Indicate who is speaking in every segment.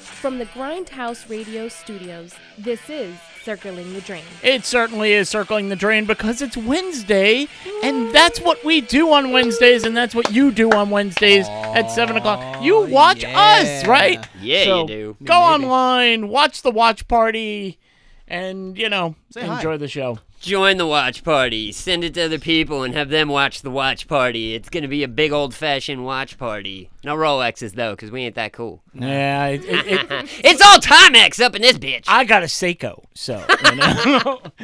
Speaker 1: From the Grindhouse Radio Studios, this is Circling the Drain.
Speaker 2: It certainly is circling the drain because it's Wednesday, and that's what we do on Wednesdays, and that's what you do on Wednesdays at 7 o'clock. You watch us,
Speaker 3: yeah.
Speaker 2: right?
Speaker 4: Yeah,
Speaker 2: So
Speaker 4: you do.
Speaker 2: Go
Speaker 3: Maybe.
Speaker 2: online, watch the watch party, and, you know,
Speaker 3: Say hi.
Speaker 2: enjoy the show.
Speaker 4: Join the watch party. Send it to other people and have them watch the watch party. It's gonna be a big old fashioned watch party. No Rolexes though, 'cause we ain't that cool.
Speaker 2: Yeah, it, it, it,
Speaker 4: It's all Timex up in this bitch.
Speaker 2: I got a Seiko, so. You know.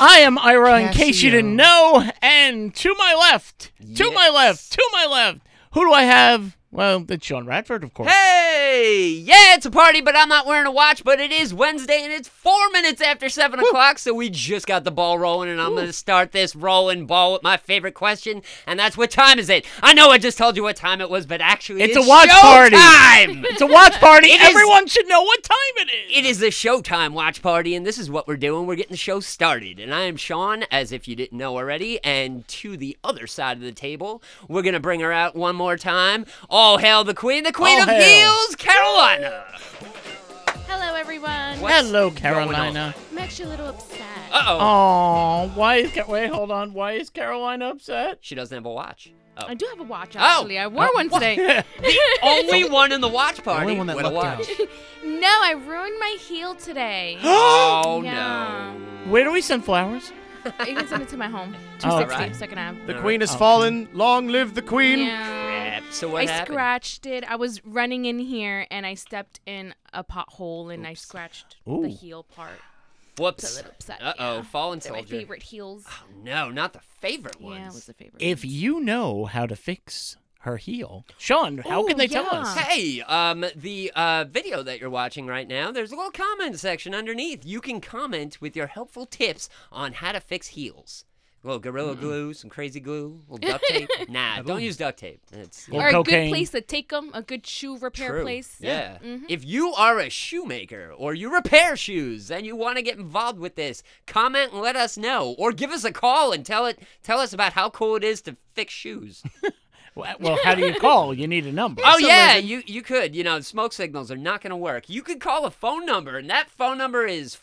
Speaker 2: I am Ira, in case you
Speaker 3: Casio.
Speaker 2: didn't know, and to my left, to my left, to my left, who do I have? Well, it's Sean Radford, of course.
Speaker 4: Hey! Yeah, it's a party, but I'm not wearing a watch, but it is Wednesday and it's four minutes after seven o'clock, so we just got the ball rolling, and I'm gonna start this rolling ball with my favorite question, and that's what time is it? I know I just told you what time it was, but actually
Speaker 2: It's
Speaker 4: it's,
Speaker 2: a watch party.
Speaker 4: showtime!
Speaker 2: It's a watch party.
Speaker 4: It is-
Speaker 2: Everyone should know what time it is.
Speaker 4: It is a Showtime watch party, and this is what we're doing. We're getting the show started. And I am Sean, as if you didn't know already. And to the other side of the table, we're going to bring her out one more time. All hail the queen, the queen
Speaker 2: All
Speaker 4: of
Speaker 2: hail.
Speaker 4: heels, Carolina.
Speaker 1: Hello, everyone.
Speaker 4: What?
Speaker 2: Hello,
Speaker 4: going
Speaker 2: Carolina.
Speaker 1: I'm actually a little upset.
Speaker 4: Uh oh.
Speaker 2: Oh, why is Ca- wait? Hold on. Why is Carolina upset?
Speaker 4: She doesn't have a watch.
Speaker 1: I
Speaker 4: Oh. Uh,
Speaker 1: do have a watch, actually. I wore one today.
Speaker 4: Only one in the watch party
Speaker 3: one that
Speaker 4: with a
Speaker 3: lucked out.
Speaker 4: watch.
Speaker 1: no, I ruined my heel today.
Speaker 4: Oh,
Speaker 1: Yeah.
Speaker 4: no.
Speaker 2: Where do we send flowers?
Speaker 1: you can send it to my home.
Speaker 2: Oh,
Speaker 1: 260
Speaker 4: right.
Speaker 1: Second Ave.
Speaker 3: The
Speaker 4: All
Speaker 3: queen
Speaker 4: right.
Speaker 3: has fallen. Long live the queen.
Speaker 1: Yeah.
Speaker 4: Crap. So what
Speaker 1: I
Speaker 4: happened?
Speaker 1: scratched it. I was running in here and I stepped in a pothole and I scratched
Speaker 2: Ooh.
Speaker 1: the heel part.
Speaker 4: Whoops.
Speaker 1: a little upset,
Speaker 4: Uh oh.
Speaker 1: yeah.
Speaker 4: Fallen
Speaker 1: They're
Speaker 4: soldier. Oh,
Speaker 1: my favorite heels.
Speaker 4: No, not the favorite
Speaker 1: Yeah, it
Speaker 4: ones.
Speaker 1: was a favorite.
Speaker 2: If you know how to fix her heel, Sean, how
Speaker 1: Ooh,
Speaker 2: can they tell
Speaker 1: yeah.
Speaker 2: us?
Speaker 4: Hey, um, the uh, video that you're watching right now, there's a little comment section underneath. You can comment with your helpful tips on how to fix heels. A little gorilla
Speaker 1: Hmm.
Speaker 4: glue, some crazy glue, a little duct tape. Nah, don't use duct tape. It's
Speaker 2: Well,
Speaker 1: or a
Speaker 2: cocaine.
Speaker 1: good place to take them, a good shoe repair
Speaker 4: true.
Speaker 1: place. Mm-hmm.
Speaker 4: Yeah. If you are a shoemaker or you repair shoes and you want to get involved with this, comment and let us know, or give us a call and tell it tell us about how cool it is to fix shoes.
Speaker 2: Well, well, how do you call? You need a number.
Speaker 4: Oh yeah, you you could. You know, smoke signals are not going to work. You could call a phone number, and that phone number is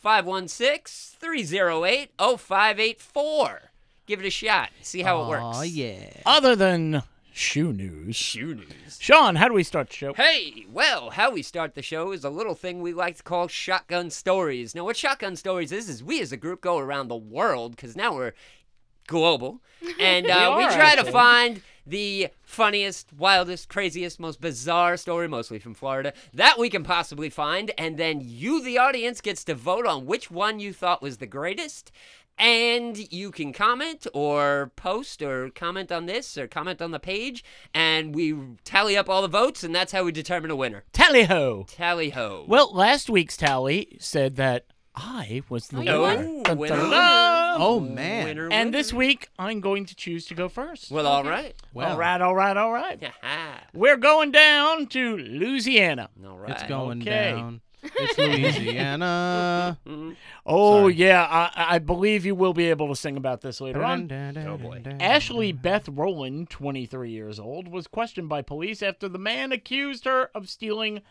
Speaker 4: 516-308-0584. Give it a shot. See how it works.
Speaker 3: Aw, yeah.
Speaker 2: Other than shoe news,
Speaker 4: Shoe news.
Speaker 2: Sean, how do we start the show?
Speaker 4: Hey, well, how we start the show is a little thing we like to call shotgun stories. Now, what shotgun stories is is we as a group go around the world because now we're global, and uh, we,
Speaker 2: are,
Speaker 4: try to
Speaker 2: actually.
Speaker 4: find the funniest, wildest, craziest, most bizarre story, mostly from Florida, that we can possibly find, and then you, the audience, gets to vote on which one you thought was the greatest. And you can comment or post or comment on this or comment on the page, and we tally up all the votes, and that's how we determine a winner.
Speaker 2: Tally ho.
Speaker 4: Tally ho.
Speaker 2: Well, last week's tally said that I was the
Speaker 1: Oh, you
Speaker 2: winner.
Speaker 4: oh,
Speaker 2: Dun,
Speaker 4: winner,
Speaker 2: dun,
Speaker 4: winner,
Speaker 2: dun.
Speaker 3: Oh, man.
Speaker 4: winner,
Speaker 2: And this
Speaker 4: winner.
Speaker 2: week, I'm going to choose to go first.
Speaker 4: Well, all right.
Speaker 3: Well,
Speaker 2: all right, all right, all right.
Speaker 4: Ha-ha.
Speaker 2: We're going down to Louisiana.
Speaker 4: all right.
Speaker 3: it's going
Speaker 2: okay.
Speaker 3: down. It's Louisiana.
Speaker 2: Oh
Speaker 3: Sorry.
Speaker 2: yeah, I, I believe you will be able to sing about this later on.
Speaker 3: Oh
Speaker 4: boy.
Speaker 2: Ashley Beth Rowland, 23 years old, was questioned by police after the man accused her of stealing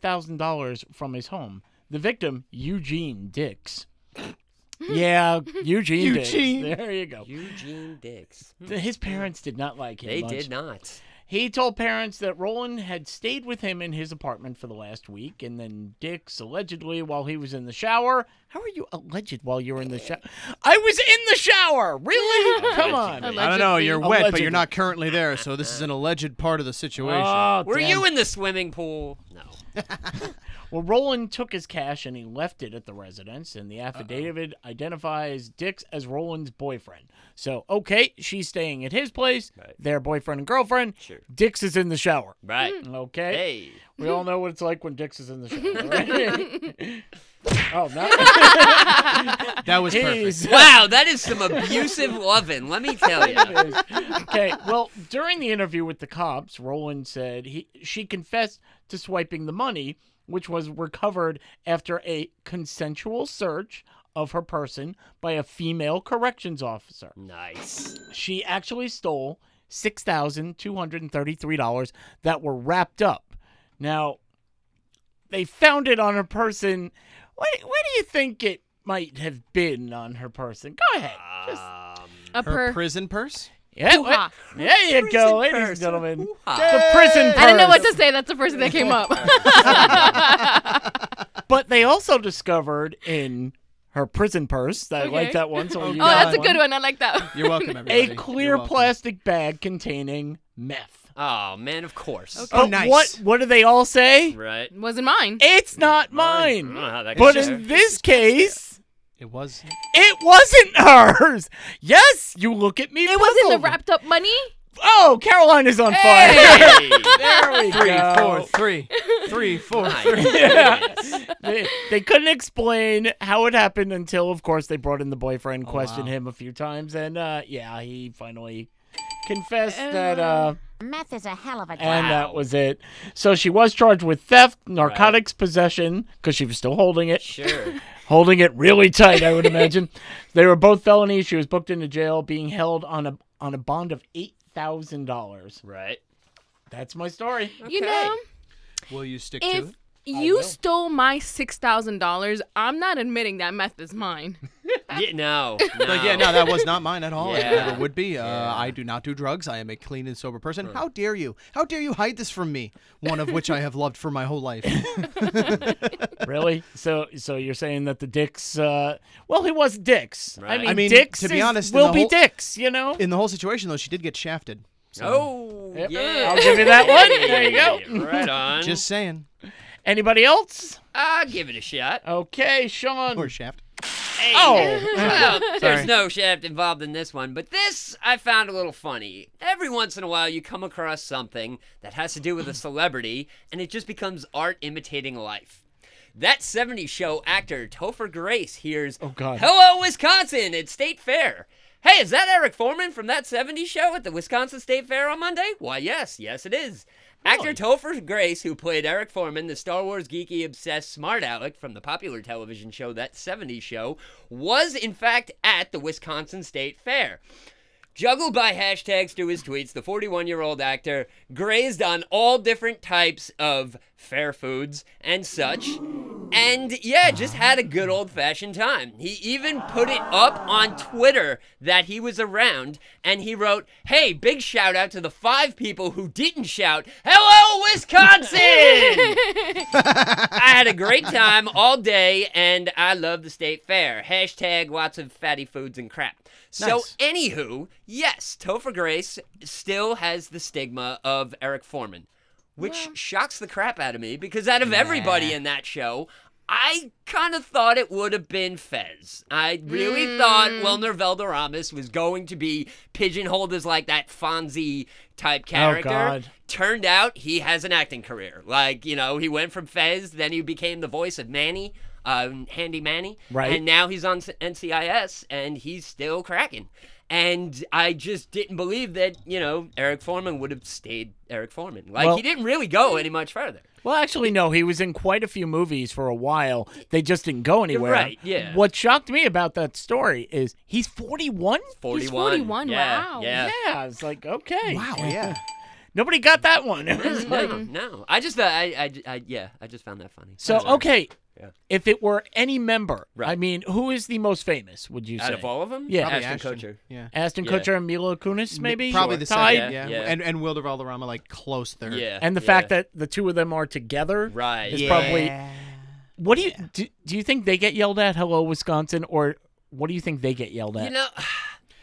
Speaker 2: $5,000 from his home. The victim, Eugene Dix. Yeah, Eugene,
Speaker 3: Eugene.
Speaker 2: Dix. There you go.
Speaker 4: Eugene Dix. Hmm.
Speaker 2: His parents did not like him.
Speaker 4: They
Speaker 2: much.
Speaker 4: did not.
Speaker 2: He told parents that Roland had stayed with him in his apartment for the last week, and then Dix allegedly while he was in the shower. How are you alleged while you were in the shower? I was in the shower. Really? Come on.
Speaker 3: I don't know. You're wet, but
Speaker 2: Allegedly.
Speaker 3: you're not currently there, so this is an alleged part of the situation.
Speaker 2: Oh,
Speaker 4: Were
Speaker 2: damn.
Speaker 4: you in the swimming pool? No.
Speaker 2: Well, Roland took his cash and he left it at the residence, and the affidavit identifies Dix as Roland's boyfriend. So, okay, she's staying at his place.
Speaker 4: Right.
Speaker 2: Their boyfriend and girlfriend.
Speaker 4: Sure.
Speaker 2: Dix is in the shower.
Speaker 4: Right.
Speaker 2: Okay.
Speaker 4: Hey.
Speaker 2: We all know what it's like when Dix is in the shower. right? oh, not
Speaker 3: that was perfect.
Speaker 2: he's.
Speaker 4: Wow, that is some abusive loving, let me tell you.
Speaker 2: okay. Well, during the interview with the cops, Roland said he she confessed to swiping the money, which was recovered after a consensual search of her person by a female corrections officer.
Speaker 4: Nice.
Speaker 2: She actually stole six thousand two hundred and thirty-three dollars that were wrapped up. Now, they found it on her person. What, what do you think it might have been on her person? Go ahead. Just,
Speaker 1: A
Speaker 3: Her
Speaker 1: per.
Speaker 3: prison purse?
Speaker 2: yeah,
Speaker 1: Uh, hoo-ha.
Speaker 2: what- there you go,
Speaker 4: Prison
Speaker 2: ladies and
Speaker 4: purse.
Speaker 2: gentlemen.
Speaker 4: Hoo-ha.
Speaker 2: The prison purse.
Speaker 1: I don't know what to say. That's the first thing that came up.
Speaker 2: But they also discovered in her prison purse, I like
Speaker 1: Okay.
Speaker 2: that one. So we'll use
Speaker 1: oh,
Speaker 2: that
Speaker 1: that's a good one. I like that.
Speaker 3: You're welcome, everybody.
Speaker 2: A
Speaker 3: You're
Speaker 2: clear
Speaker 3: welcome.
Speaker 2: plastic bag containing meth.
Speaker 4: Oh man, of course.
Speaker 1: Okay.
Speaker 3: Oh,
Speaker 2: But
Speaker 3: nice.
Speaker 2: What what do they all say?
Speaker 4: Right.
Speaker 1: Wasn't mine.
Speaker 2: It's not
Speaker 4: I don't
Speaker 2: mine.
Speaker 4: know how that
Speaker 2: But
Speaker 4: gets
Speaker 2: in
Speaker 4: there.
Speaker 2: this case,
Speaker 3: It was.
Speaker 2: it wasn't hers. Yes, you look at me.
Speaker 1: It wasn't the
Speaker 2: puzzled.
Speaker 1: wrapped up money.
Speaker 2: Oh, Caroline is on fire.
Speaker 4: Hey!
Speaker 2: there we
Speaker 3: Three,
Speaker 2: go.
Speaker 3: four, three. Three, four,
Speaker 4: My
Speaker 3: three.
Speaker 4: goodness.
Speaker 2: they, they couldn't explain how it happened until, of course, they brought in the boyfriend,
Speaker 3: Oh,
Speaker 2: questioned
Speaker 3: wow.
Speaker 2: him a few times, and uh, yeah, he finally confessed that. Uh,
Speaker 5: Meth is a hell of a drug.
Speaker 2: and that was it. So she was charged with theft, narcotics possession, because she was still holding it,
Speaker 4: Sure.
Speaker 2: holding it really tight, I would imagine. they were both felonies. She was booked into jail, being held on a on a bond of eight thousand dollars.
Speaker 4: Right.
Speaker 2: That's my story.
Speaker 1: You
Speaker 4: Okay.
Speaker 1: know,
Speaker 3: Will you stick to
Speaker 1: if
Speaker 3: it?
Speaker 1: you stole my six thousand dollars, I'm not admitting that meth is mine.
Speaker 4: Yeah, no.
Speaker 3: Like, yeah, no, that was not mine at all. It
Speaker 4: Yeah.
Speaker 3: never would be. Uh, I do not do drugs. I am a clean and sober person. How dare you? How dare you hide this from me? One of which I have loved for my whole life.
Speaker 2: really? So so you're saying that the Dicks? Uh, well, he was Dicks. I
Speaker 4: Right.
Speaker 2: mean,
Speaker 3: I mean,
Speaker 2: Dicks
Speaker 3: to be
Speaker 2: is-
Speaker 3: honest, in
Speaker 2: will
Speaker 3: the
Speaker 2: be
Speaker 3: whole-
Speaker 2: Dicks. You know.
Speaker 3: In the whole situation, though, she did get shafted.
Speaker 4: Oh,
Speaker 2: Yep.
Speaker 4: yeah.
Speaker 2: I'll give you that one. There you go.
Speaker 4: Yeah, Right on.
Speaker 3: Just saying.
Speaker 2: Anybody else?
Speaker 4: I'll give it a shot.
Speaker 2: Okay, Sean.
Speaker 3: Or shaft.
Speaker 2: Oh,
Speaker 4: Well,
Speaker 2: Sorry.
Speaker 4: there's no shaft involved in this one, but this I found a little funny. Every once in a while, you come across something that has to do with a celebrity, and it just becomes art imitating life. That 70s show actor Topher Grace hears,
Speaker 2: Oh, God.
Speaker 4: Hello, Wisconsin at State Fair. Hey, is that Eric Foreman from that 70s show at the Wisconsin State Fair on Monday? Why, yes, yes, it is. Actor Topher Grace, who played Eric Foreman, the Star Wars geeky obsessed smart aleck from the popular television show That 70s Show, was in fact at the Wisconsin State Fair. Juggled by hashtags to his tweets, the 41 year old actor grazed on all different types of fair foods and such. And yeah, just had a good old fashioned time. He even put it up on Twitter that he was around and he wrote, Hey, big shout out to the five people who didn't shout, Hello, Wisconsin! I had a great time all day, and I love the state fair. Hashtag lots of fatty foods and crap. So,
Speaker 3: Nice.
Speaker 4: anywho, yes, Topher Grace still has the stigma of Eric Foreman, which shocks the crap out of me because out of everybody in that show, I kind of thought it would have been Fez. I really thought Wilner Valderramas was going to be pigeonholed as like that Fonzie type character
Speaker 2: God.
Speaker 4: turned out he has an acting career. Like, you know, he went from Fez, then he became the voice of Manny, uh, Handy Manny.
Speaker 2: Right.
Speaker 4: And now he's on S- NCIS and he's still cracking. And I just didn't believe that, you know, Eric Foreman would have stayed Eric Foreman. Like,
Speaker 2: Well-
Speaker 4: he didn't really go any much further.
Speaker 2: Well, actually, no. He was in quite a few movies for a while. They just didn't go anywhere.
Speaker 4: right, yeah.
Speaker 2: What shocked me about that story is he's 41.
Speaker 4: 41.
Speaker 1: 41,
Speaker 4: yeah,
Speaker 1: wow.
Speaker 4: Yeah.
Speaker 2: Yeah, it's like okay.
Speaker 3: Wow, yeah.
Speaker 2: Nobody got that one. It was like-
Speaker 4: No, no. I just, uh, I, I, I, yeah, I just found that funny.
Speaker 2: so
Speaker 4: Sorry.
Speaker 2: okay,
Speaker 4: Yeah.
Speaker 2: if it were any member,
Speaker 4: Right.
Speaker 2: I mean, who is the most famous? Would you
Speaker 4: Out
Speaker 2: say
Speaker 4: of all of them?
Speaker 2: Yeah.
Speaker 4: Ashton,
Speaker 3: Probably
Speaker 4: Kutcher.
Speaker 3: Yeah.
Speaker 2: Ashton
Speaker 4: Yeah.
Speaker 2: Kutcher and Mila Kunis? Maybe
Speaker 3: Probably the
Speaker 2: Tied.
Speaker 3: second. Yeah.
Speaker 4: Yeah.
Speaker 3: And and Wilder Valderrama like close third.
Speaker 4: Yeah.
Speaker 2: And the
Speaker 4: yeah.
Speaker 2: fact that the two of them are together
Speaker 4: Right.
Speaker 2: is
Speaker 4: yeah.
Speaker 2: probably. What do you do? Do you think they get yelled at? Hello, Wisconsin, or what do you think they get yelled at?
Speaker 4: You know,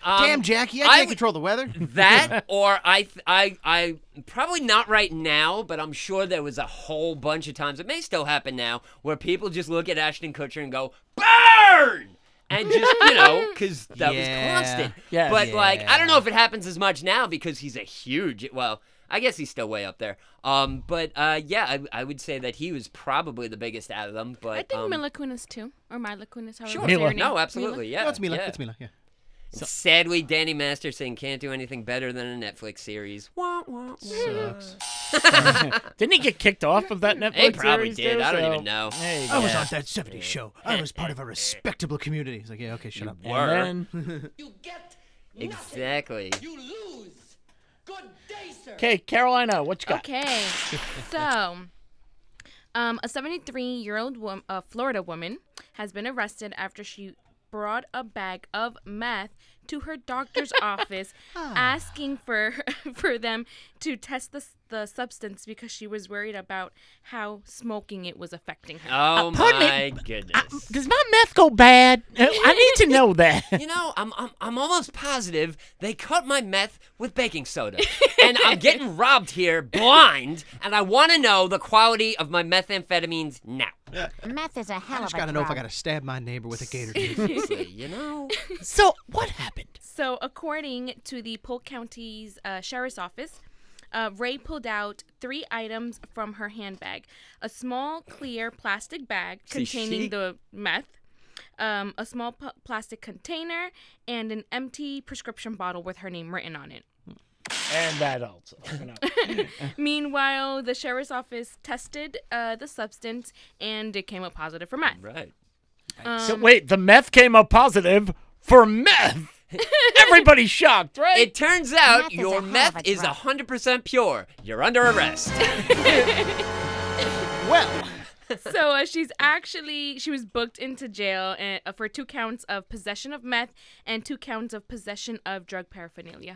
Speaker 4: um,
Speaker 3: Damn, Jackie, I
Speaker 4: I
Speaker 3: can't
Speaker 4: would-
Speaker 3: control the weather.
Speaker 4: that or I, th- I, I probably not right now, but I'm sure there was a whole bunch of times. It may still happen now where people just look at Ashton Kutcher and go burn. And just you know, because that
Speaker 3: Yeah.
Speaker 4: was constant.
Speaker 2: Yes.
Speaker 4: But like, I
Speaker 3: Yeah.
Speaker 4: don't know if it happens as much now because he's a huge. Well, I guess he's still way up there. Um, but uh, yeah, I, I would say that he was probably the biggest out of them. But
Speaker 1: I think
Speaker 4: um,
Speaker 1: Mila Kunis too, or Mila Kunis. however
Speaker 4: Sure.
Speaker 1: you say her
Speaker 2: Mila.
Speaker 1: name.
Speaker 4: No, absolutely. Yeah.
Speaker 3: That's Mila.
Speaker 4: yeah.
Speaker 3: That's Mila. Yeah.
Speaker 4: Sadly, Danny Masterson can't do anything better than a Netflix series. Wah, wah, wah.
Speaker 3: Sucks.
Speaker 2: Didn't he get kicked off of that Netflix?
Speaker 4: They probably
Speaker 2: series,
Speaker 4: did.
Speaker 2: too?
Speaker 4: I don't
Speaker 2: So-
Speaker 4: even know.
Speaker 2: There you
Speaker 3: I
Speaker 2: go.
Speaker 3: was on that 70s show. I was part of a respectable community. He's like, yeah, okay, shut up.
Speaker 2: And then-
Speaker 4: Exactly.
Speaker 2: okay, Carolina, what you got?
Speaker 1: Okay, so Um, a 73 year old wom- uh, Florida woman has been arrested after she brought a bag of meth to her doctor's office asking for for them to test the, s- the substance because she was worried about how smoking it was affecting her.
Speaker 4: Oh
Speaker 2: pardon me,
Speaker 4: my goodness.
Speaker 2: Does my meth go bad? Uh, I need to know that.
Speaker 4: You know, I'm, I'm I'm almost positive they cut my meth with baking soda, and I'm getting robbed here blind. And I want to know the quality of my methamphetamines now.
Speaker 5: Meth is a
Speaker 3: I
Speaker 5: hell of
Speaker 3: just
Speaker 5: a
Speaker 3: gotta know if I
Speaker 5: drug.
Speaker 3: gotta stab my neighbor with a gator. tooth.
Speaker 4: Seriously, you know.
Speaker 2: so what happened?
Speaker 1: So, according to the Polk County's uh, Sheriff's Office, uh, Ray pulled out three items from her handbag a small clear plastic bag containing
Speaker 4: she-
Speaker 1: the meth, um, a small p- plastic container, and an empty prescription bottle with her name written on it.
Speaker 2: And that also. you know.
Speaker 1: Meanwhile, the Sheriff's Office tested uh, the substance and it came up positive for meth.
Speaker 4: Right. Um,
Speaker 2: so wait, the meth came up positive for meth. Everybody's shocked, right?
Speaker 4: It turns out
Speaker 5: Meth is a hell
Speaker 4: your
Speaker 5: of a
Speaker 4: meth is
Speaker 5: drug.
Speaker 4: 100% pure. You're under arrest.
Speaker 3: well,
Speaker 1: so uh, she's actually she was booked into jail and, uh, for two counts of possession of meth and two counts of possession of drug paraphernalia.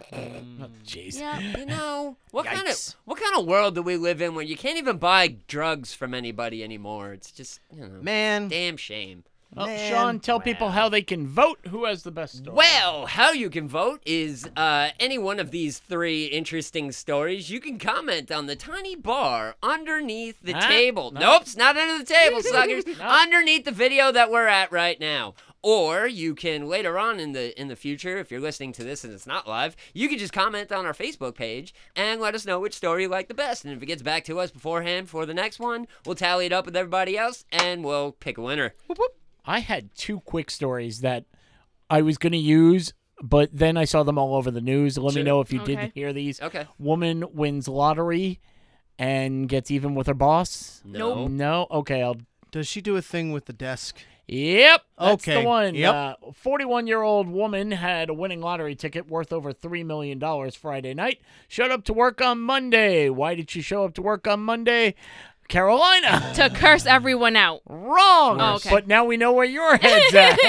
Speaker 2: Jeez.
Speaker 4: yeah, you know what kind
Speaker 2: Yikes.
Speaker 4: of what kind of world do we live in where you can't even buy drugs from anybody anymore? It's just you know,
Speaker 3: man.
Speaker 4: damn shame.
Speaker 2: Well,
Speaker 3: Man.
Speaker 2: Oh, Sean, tell people how they can vote. Who has the best story?
Speaker 4: Well, how you can vote is uh, any one of these three interesting stories. You can comment on the tiny bar underneath the
Speaker 2: Huh?
Speaker 4: table.
Speaker 2: No.
Speaker 4: Nope, it's not under the table, suckers. Underneath the video that we're at right now. Or you can later on in the in the future, if you're listening to this and it's not live, you can just comment on our Facebook page and let us know which story you like the best. And if it gets back to us beforehand for the next one, we'll tally it up with everybody else and we'll pick a winner.
Speaker 2: I had two quick stories that I was going to use, but then I saw them all over the news. Let me know if you
Speaker 1: Okay.
Speaker 2: didn't hear these.
Speaker 4: Okay.
Speaker 2: Woman wins lottery and gets even with her boss.
Speaker 4: No.
Speaker 2: No. Okay. I'll.
Speaker 3: Does she do a thing with the desk?
Speaker 2: Yep. That's
Speaker 3: Okay,
Speaker 2: the one.
Speaker 3: yep.
Speaker 2: Uh, 41-year-old woman had a winning lottery ticket worth over $3 million Friday night. Showed up to work on Monday. Why did she show up to work on Monday? Carolina.
Speaker 1: To curse everyone out.
Speaker 2: Wrong.
Speaker 1: Oh, okay.
Speaker 2: But now we know where your head's at.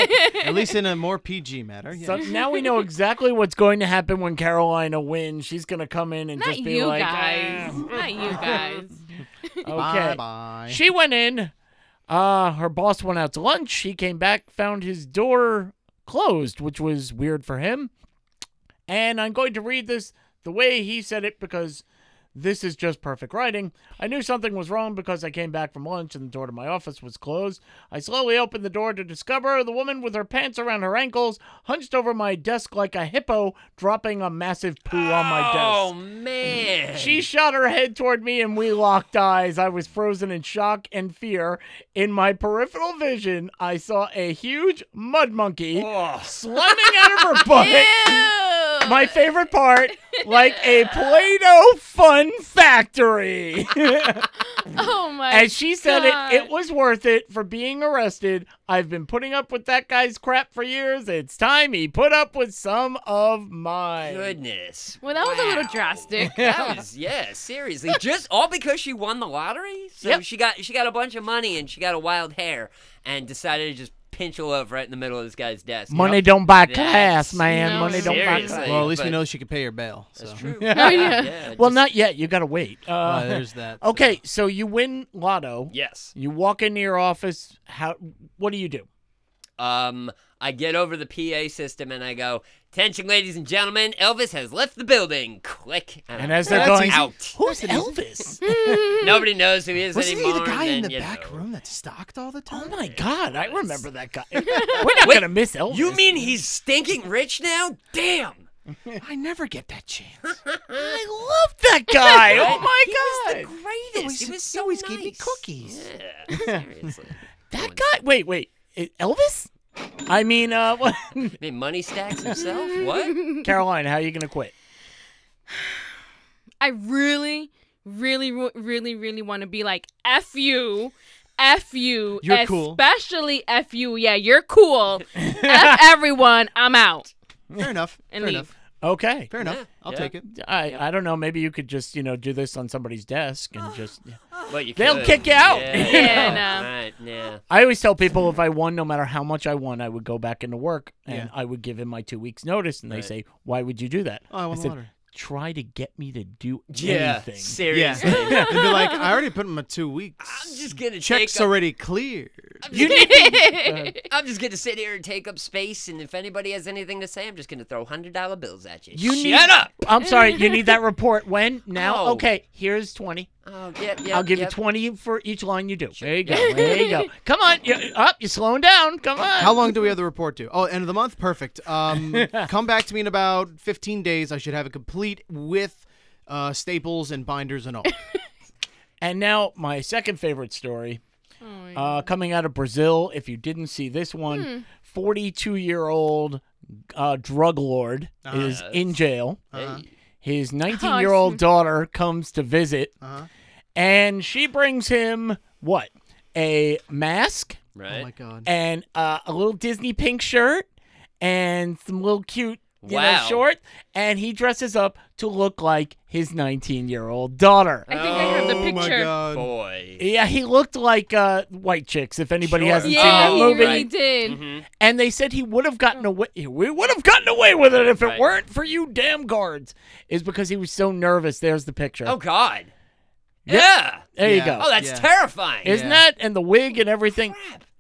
Speaker 3: At least in a more PG matter. Yeah.
Speaker 2: So now we know exactly what's going to happen when Carolina wins. She's going to come in and
Speaker 1: Not
Speaker 2: just be
Speaker 1: you
Speaker 2: like,
Speaker 1: guys. Not you guys.
Speaker 2: "Ah,
Speaker 3: Bye
Speaker 2: okay.
Speaker 3: bye.
Speaker 2: She went in. Uh, her boss went out to lunch. He came back, found his door closed, which was weird for him. And I'm going to read this the way he said it because this is just perfect writing. I knew something was wrong because I came back from lunch and the door to my office was closed. I slowly opened the door to discover the woman with her pants around her ankles, hunched over my desk like a hippo, dropping a massive poo on my desk.
Speaker 4: Oh man.
Speaker 2: She shot her head toward me and we locked eyes. I was frozen in shock and fear. In my peripheral vision, I saw a huge mud monkey slamming out of her butt. My favorite part, like a Play Doh fun factory.
Speaker 1: oh my.
Speaker 2: As she said
Speaker 1: God.
Speaker 2: it, it was worth it for being arrested. I've been putting up with that guy's crap for years. It's time he put up with some of mine.
Speaker 4: Goodness.
Speaker 1: Well, that was a little
Speaker 4: Wow.
Speaker 1: drastic.
Speaker 4: That was yeah, seriously. Just all because she won the lottery? So
Speaker 2: Yep.
Speaker 4: she got she got a bunch of money and she got a wild hair and decided to just pinch her love right in the middle of this guy's desk.
Speaker 2: Money don't buy
Speaker 4: That's-
Speaker 2: class, man.
Speaker 1: No,
Speaker 2: Money don't buy
Speaker 4: seriously.
Speaker 2: class.
Speaker 3: well, at least we
Speaker 4: but-
Speaker 3: know she could pay her bail. So.
Speaker 4: That's true.
Speaker 1: Oh, yeah.
Speaker 2: Well,
Speaker 4: just-
Speaker 2: not yet. You gotta wait. Uh,
Speaker 3: Uh, there's that.
Speaker 2: okay, so you win Lotto.
Speaker 4: Yes.
Speaker 2: You walk into your office. How? What do you do?
Speaker 4: Um I get over the PA system and I go, "Attention ladies and gentlemen, Elvis has left the building." Click.
Speaker 2: And as they're
Speaker 3: That's
Speaker 2: going
Speaker 3: easy.
Speaker 4: out.
Speaker 2: who's Elvis?
Speaker 4: Nobody knows who he is
Speaker 3: Wasn't he
Speaker 4: anymore.
Speaker 3: the guy
Speaker 4: and
Speaker 3: in
Speaker 4: then,
Speaker 3: the
Speaker 4: you
Speaker 3: back
Speaker 4: know.
Speaker 3: room that stalked all the time?
Speaker 2: oh my God, I remember that guy. We're not
Speaker 4: Wait,
Speaker 2: gonna miss Elvis.
Speaker 4: You mean he's stinking rich now? Damn.
Speaker 3: I never get that chance.
Speaker 2: I love that guy? oh my God,
Speaker 4: Greatest. He was,
Speaker 3: He
Speaker 4: so
Speaker 3: always
Speaker 4: nice.
Speaker 3: gave me cookies.
Speaker 4: Yeah, seriously.
Speaker 2: that guy. Wait, wait, I- Elvis? I mean, uh, what?
Speaker 4: I mean, money stacks himself. What?
Speaker 2: Caroline, how are you gonna quit?
Speaker 1: I really, really, ru- really, really want to be like, F you. F you.
Speaker 3: You're cool.
Speaker 1: especially F you. Yeah, you're cool. F everyone. I'm out.
Speaker 3: Fair enough.
Speaker 1: And
Speaker 3: Fair
Speaker 1: leave.
Speaker 3: enough.
Speaker 2: Okay.
Speaker 3: Fair enough. I'll
Speaker 4: yeah.
Speaker 3: take it.
Speaker 2: I, I don't know. Maybe you could just you know do this on somebody's desk and just
Speaker 4: Well, you
Speaker 2: They'll
Speaker 4: could.
Speaker 2: kick you out.
Speaker 4: Yeah,
Speaker 1: Yeah, no.
Speaker 4: Right, yeah.
Speaker 2: I always tell people if I won, no matter how much I won, I would go back into work and
Speaker 3: Yeah.
Speaker 2: I would give him my two weeks notice. And they
Speaker 4: Right.
Speaker 2: say, "Why would you do that?"
Speaker 3: Oh, I won the
Speaker 2: said,
Speaker 3: lottery.
Speaker 2: Try to get me to do
Speaker 4: Yeah,
Speaker 2: anything.
Speaker 4: seriously.
Speaker 3: They'd be like, I already put in my two weeks.
Speaker 4: I'm just gonna
Speaker 3: Check's
Speaker 4: take up,
Speaker 3: already cleared.
Speaker 2: You uh, did.
Speaker 4: I'm just gonna sit here and take up space, and if anybody has anything to say, I'm just gonna throw hundred dollar bills at you.
Speaker 2: You
Speaker 4: Shut
Speaker 2: need-
Speaker 4: up.
Speaker 2: I'm sorry. You need that report when now?
Speaker 4: No.
Speaker 2: Okay, here's twenty.
Speaker 4: Oh, yep, yep,
Speaker 2: I'll give you
Speaker 4: yep.
Speaker 2: twenty for each line you do. There you go. There you go. Come on, you up. You're slowing down. Come on.
Speaker 3: How long do we have the report to? Oh, end of the month? Perfect. Um, come back to me in about 15 days. I should have it complete with uh, staples and binders and all.
Speaker 2: And now my second favorite story. Uh, coming out of Brazil, if you didn't see this one, 42 year old uh, drug lord is in jail.
Speaker 4: Hey.
Speaker 2: His 19 year old daughter comes to visit,
Speaker 3: Uh-huh.
Speaker 2: and she brings him what? A mask
Speaker 4: Right.
Speaker 3: Oh, my God.
Speaker 2: and uh, a little Disney pink shirt and some little cute. You know,
Speaker 4: Wow.
Speaker 2: short, and he dresses up to look like his 19 year old daughter.
Speaker 1: I think I have the
Speaker 4: Oh
Speaker 1: picture.
Speaker 3: God.
Speaker 4: Boy.
Speaker 2: Yeah, he looked like uh, White Chicks, if anybody
Speaker 4: Sure.
Speaker 2: hasn't seen
Speaker 1: Yeah,
Speaker 2: that
Speaker 4: Oh,
Speaker 1: he
Speaker 2: movie.
Speaker 1: really did.
Speaker 2: And they said he would have gotten away. We would have gotten away with it if it
Speaker 4: Right.
Speaker 2: weren't for you damn guards. Is because he was so nervous. There's the picture.
Speaker 4: Oh God. Yeah.
Speaker 2: there you
Speaker 3: Yeah.
Speaker 2: go.
Speaker 4: Oh, that's
Speaker 3: Yeah.
Speaker 4: terrifying.
Speaker 2: Isn't
Speaker 3: yeah.
Speaker 2: that and the wig and everything?